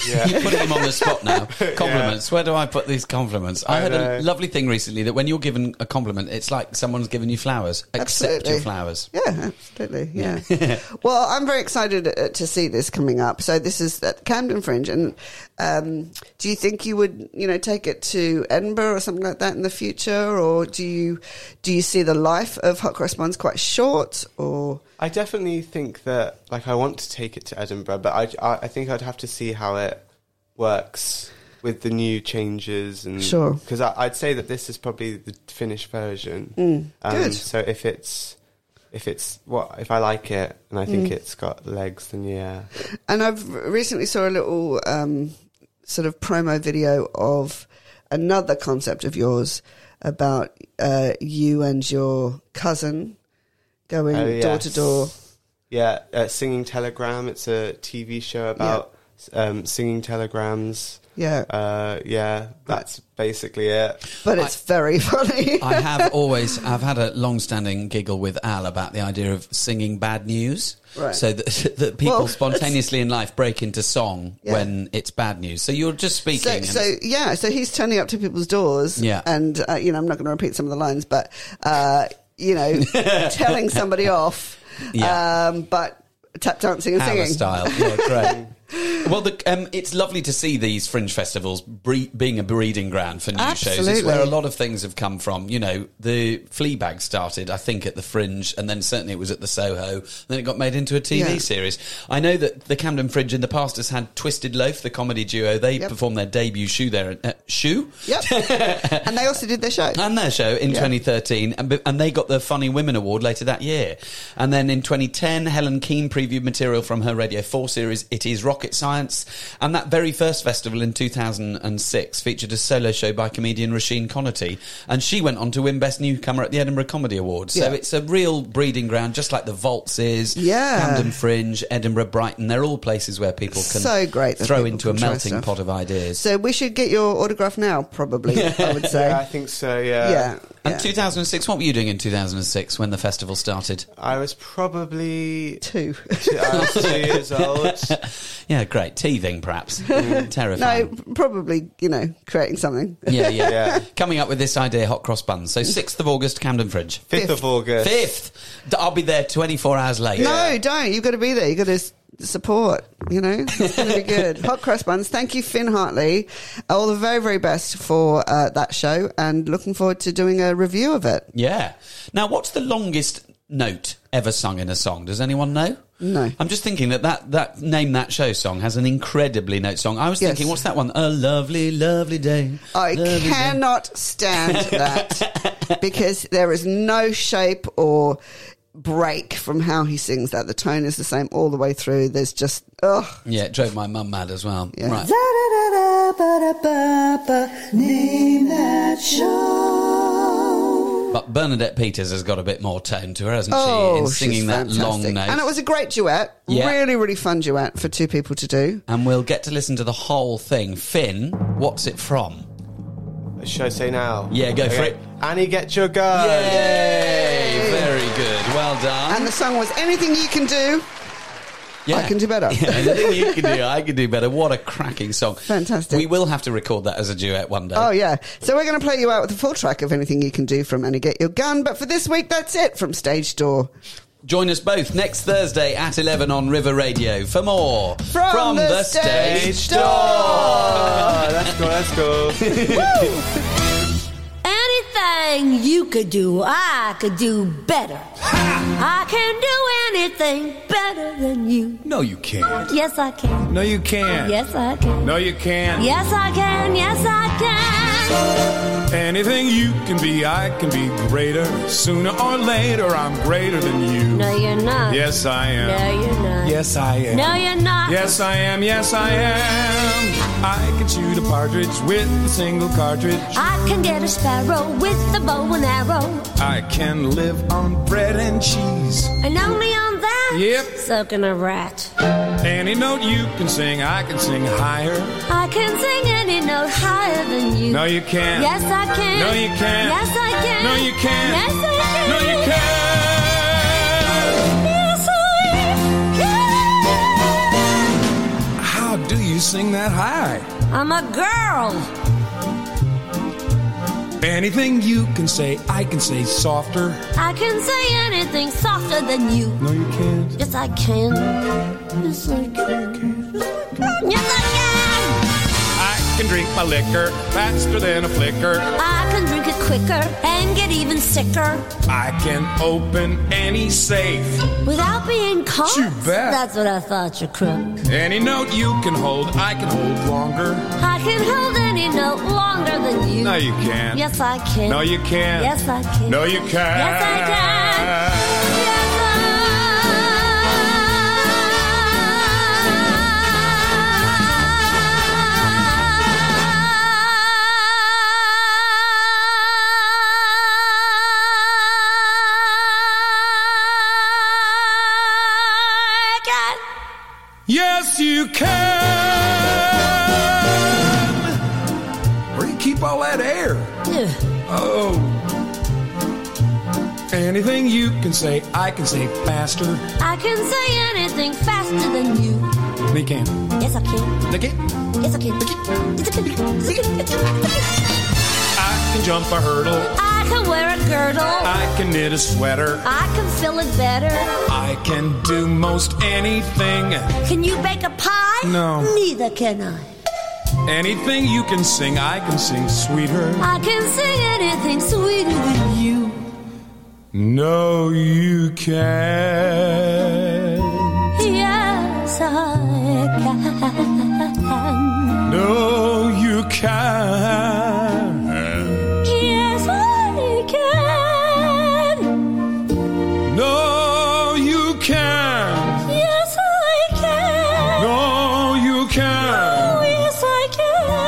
Speaker 7: Yeah.
Speaker 2: putting him on the spot now. Compliments. Where do I put these compliments? I,
Speaker 7: I
Speaker 2: had a
Speaker 7: know.
Speaker 2: lovely thing recently that when you're given a compliment, it's like someone's given you flowers. Accept
Speaker 1: Absolutely.
Speaker 2: your flowers.
Speaker 1: Yeah, absolutely. Yeah. well, I'm very excited uh, to see this coming up. So this is at Camden Fringe, and um, do you think you would, you know, take it to Edinburgh or something like that in the future, or do you do you see the life of Hot Cross Buns quite short, or
Speaker 7: I definitely think that like I want to take it to Edinburgh, but I, I, I think I'd have to see how it works with the new changes and
Speaker 1: Sure.
Speaker 7: because I'd say that this is probably the finished version.
Speaker 1: Mm.
Speaker 7: Um,
Speaker 1: good.
Speaker 7: So if it's if it's what if I like it and I
Speaker 1: Mm.
Speaker 7: think it's got legs, then yeah,
Speaker 1: And I've recently saw a little um, sort of promo video of another concept of yours about uh, you and your cousin going
Speaker 7: Oh,
Speaker 1: door to door
Speaker 7: Yeah, uh, Singing Telegram. It's a TV show about um, singing telegrams.
Speaker 1: Yeah.
Speaker 7: Uh, yeah, that's basically it.
Speaker 1: But it's very funny.
Speaker 2: I have always I've had a long-standing giggle with Al about the idea of singing bad news.
Speaker 1: Right.
Speaker 2: So that, that people
Speaker 1: Well,
Speaker 2: spontaneously in life break into song
Speaker 1: Yeah.
Speaker 2: when it's bad news. So you're just speaking.
Speaker 1: so,
Speaker 2: and-
Speaker 1: so yeah, so he's turning up to people's doors,
Speaker 2: Yeah.
Speaker 1: and uh, you know I'm not going to repeat some of the lines, but uh, you know, telling somebody off,
Speaker 2: Yeah.
Speaker 1: um, but tap dancing and
Speaker 2: Hammer
Speaker 1: singing.
Speaker 2: style. Yeah, great. well, the, um, it's lovely to see these fringe festivals bre- being a breeding ground for new shows.
Speaker 1: Absolutely.
Speaker 2: It's where a lot of things have come from. You know, the Fleabag started, I think, at the Fringe, and then certainly it was at the Soho. Then it got made into a TV
Speaker 1: Yeah.
Speaker 2: series. I know that the Camden Fringe in the past has had Twisted Loaf, the comedy duo. They
Speaker 1: Yep.
Speaker 2: performed their debut shoe there. Uh, shoe?
Speaker 1: Yep. and they also did their show.
Speaker 2: and their show in
Speaker 1: Yeah.
Speaker 2: 2013, and, b- and they got the Funny Women Award later that year. And then in 2010, Helen Keane previewed material from her Radio 4 series, It Is Rocket Science. And that very first festival in 2006 featured a solo show by comedian Rasheen Connerty. And she went on to win Best Newcomer at the Edinburgh Comedy Awards. So
Speaker 1: Yeah.
Speaker 2: it's a real breeding ground, just like the Vaults is,
Speaker 1: Yeah.
Speaker 2: Camden Fringe, Edinburgh, Brighton. They're all places where people can
Speaker 1: So great that
Speaker 2: throw
Speaker 1: people
Speaker 2: into a
Speaker 1: can try
Speaker 2: melting
Speaker 1: stuff.
Speaker 2: pot of ideas.
Speaker 1: So we should get your autograph now, probably. I would say.
Speaker 7: Yeah, I uh, think so. Yeah.
Speaker 1: yeah.
Speaker 2: and
Speaker 1: yeah.
Speaker 2: 2006, what were you doing in 2006 when the festival started?
Speaker 7: I was probably
Speaker 1: Two.
Speaker 7: two, I was two years old.
Speaker 2: Yeah, great. Teething, perhaps.
Speaker 1: no,
Speaker 2: Terrifying.
Speaker 1: probably you know creating something.
Speaker 2: Yeah, yeah,
Speaker 7: Yeah.
Speaker 2: Coming up with this idea, hot cross buns. So 6th of August, Camden Fridge.
Speaker 7: Fifth of August.
Speaker 2: 5th. D- I'll be there 24 hours late.
Speaker 1: No, don't. You've got to be there. You've got to s- support, you know? It's going to be good. Hot cross buns. Thank you, Finn Hartley. All the very, very best for uh, that show and looking forward to doing a review of it.
Speaker 2: Yeah. Now, what's the longest note ever sung in a song? Does anyone know?
Speaker 1: No.
Speaker 2: I'm just thinking that that, that Name That Show song has an incredibly note song. I was
Speaker 1: Yes.
Speaker 2: thinking, what's that one? A lovely, lovely day.
Speaker 1: I
Speaker 2: Lovely day.
Speaker 1: cannot stand that because there is no shape or break from how he sings that. The tone is the same all the way through. There's just, ugh.
Speaker 2: Yeah, it drove my mum mad as well.
Speaker 1: Yeah.
Speaker 2: Right. But Bernadette Peters has got a bit more tone to her, hasn't she? In
Speaker 1: Oh, she's
Speaker 2: singing that long
Speaker 1: fantastic.
Speaker 2: note.
Speaker 1: And it was a great duet.
Speaker 2: Yeah.
Speaker 1: Really, really fun duet for two people to do.
Speaker 2: and we'll get to listen to the whole thing. Finn, what's it from?
Speaker 7: Should I say now?
Speaker 2: Yeah, go for it.
Speaker 7: Annie, get your gun.
Speaker 2: Yay! Very good. Well done.
Speaker 1: And the song was Anything You Can Do.
Speaker 2: Yeah.
Speaker 1: I can do better.
Speaker 2: Yeah, anything you can do, I can do better. What a cracking song.
Speaker 1: Fantastic.
Speaker 2: We will have to record that as a duet one day.
Speaker 1: Oh, yeah. So we're going to play you out with a full track of Anything You Can Do from Annie Get Your Gun. But for this week, that's it from Stage Door.
Speaker 2: Join us both next Thursday at 11 on River Radio for more
Speaker 1: From the stage door.
Speaker 7: Oh, let's go, let's go.
Speaker 6: Anything you could do, I could do better. I can do anything better than you.
Speaker 8: No, you can't.
Speaker 6: Yes, I can.
Speaker 8: No, you can't.
Speaker 6: Yes, I can.
Speaker 8: No, you can't.
Speaker 6: Yes, I can. Yes, I can.
Speaker 8: Anything you can be, I can be greater. Sooner or later, I'm greater than you.
Speaker 6: No, you're not.
Speaker 8: Yes, I am.
Speaker 6: No, you're not.
Speaker 8: Yes, I am.
Speaker 6: No, you're not.
Speaker 8: Yes, I am. Yes, I am. I can shoot a partridge with a single cartridge.
Speaker 6: I can get a sparrow with a bow and arrow.
Speaker 8: I can live on bread and cheese.
Speaker 6: And only on that.
Speaker 8: Yep.
Speaker 6: So can a rat.
Speaker 8: Any note you can sing, I can sing higher.
Speaker 6: I can sing any note higher than you.
Speaker 8: No, you can't.
Speaker 6: Yes, I can.
Speaker 8: No, you can't.
Speaker 6: Yes, I can.
Speaker 8: No, you can't.
Speaker 6: Yes, I can.
Speaker 8: No, you can't.
Speaker 6: Yes, I
Speaker 8: How do you sing that high?
Speaker 6: can. I'm a girl.
Speaker 8: Anything you can say, I can say softer.
Speaker 6: I can say anything softer than you.
Speaker 8: No, you can't.
Speaker 6: Yes, I can. Yes, I can. Yes, I can.
Speaker 8: I can drink my liquor faster than a flicker.
Speaker 6: I can drink it quicker and get even sicker
Speaker 8: I can open any safe.
Speaker 6: without being caught.
Speaker 8: You bet.
Speaker 6: That's what I thought, you crook.
Speaker 8: Any note you can hold, I can hold longer.
Speaker 6: I can hold any note longer than you.
Speaker 8: No, you can't.
Speaker 6: Yes, I can.
Speaker 8: No, you can't.
Speaker 6: Yes, I can.
Speaker 8: No, you can't.
Speaker 6: Yes, I can. Yes, I.
Speaker 4: that air. Oh. Anything you can say, I can say faster.
Speaker 6: I can say anything faster than you.
Speaker 4: They can.
Speaker 6: Yes, I can.
Speaker 4: They can.
Speaker 6: Yes, I can. Yes, I can. Yes, I can. Yes, I can.
Speaker 4: I can jump a hurdle.
Speaker 6: I can wear a girdle.
Speaker 4: I can knit a sweater.
Speaker 6: I can feel it better.
Speaker 4: I can do most anything.
Speaker 6: Can you bake a pie?
Speaker 4: No.
Speaker 6: Neither can I.
Speaker 4: Anything you can sing, I can sing sweeter.
Speaker 6: I can sing anything sweeter than you.
Speaker 4: No, you can't.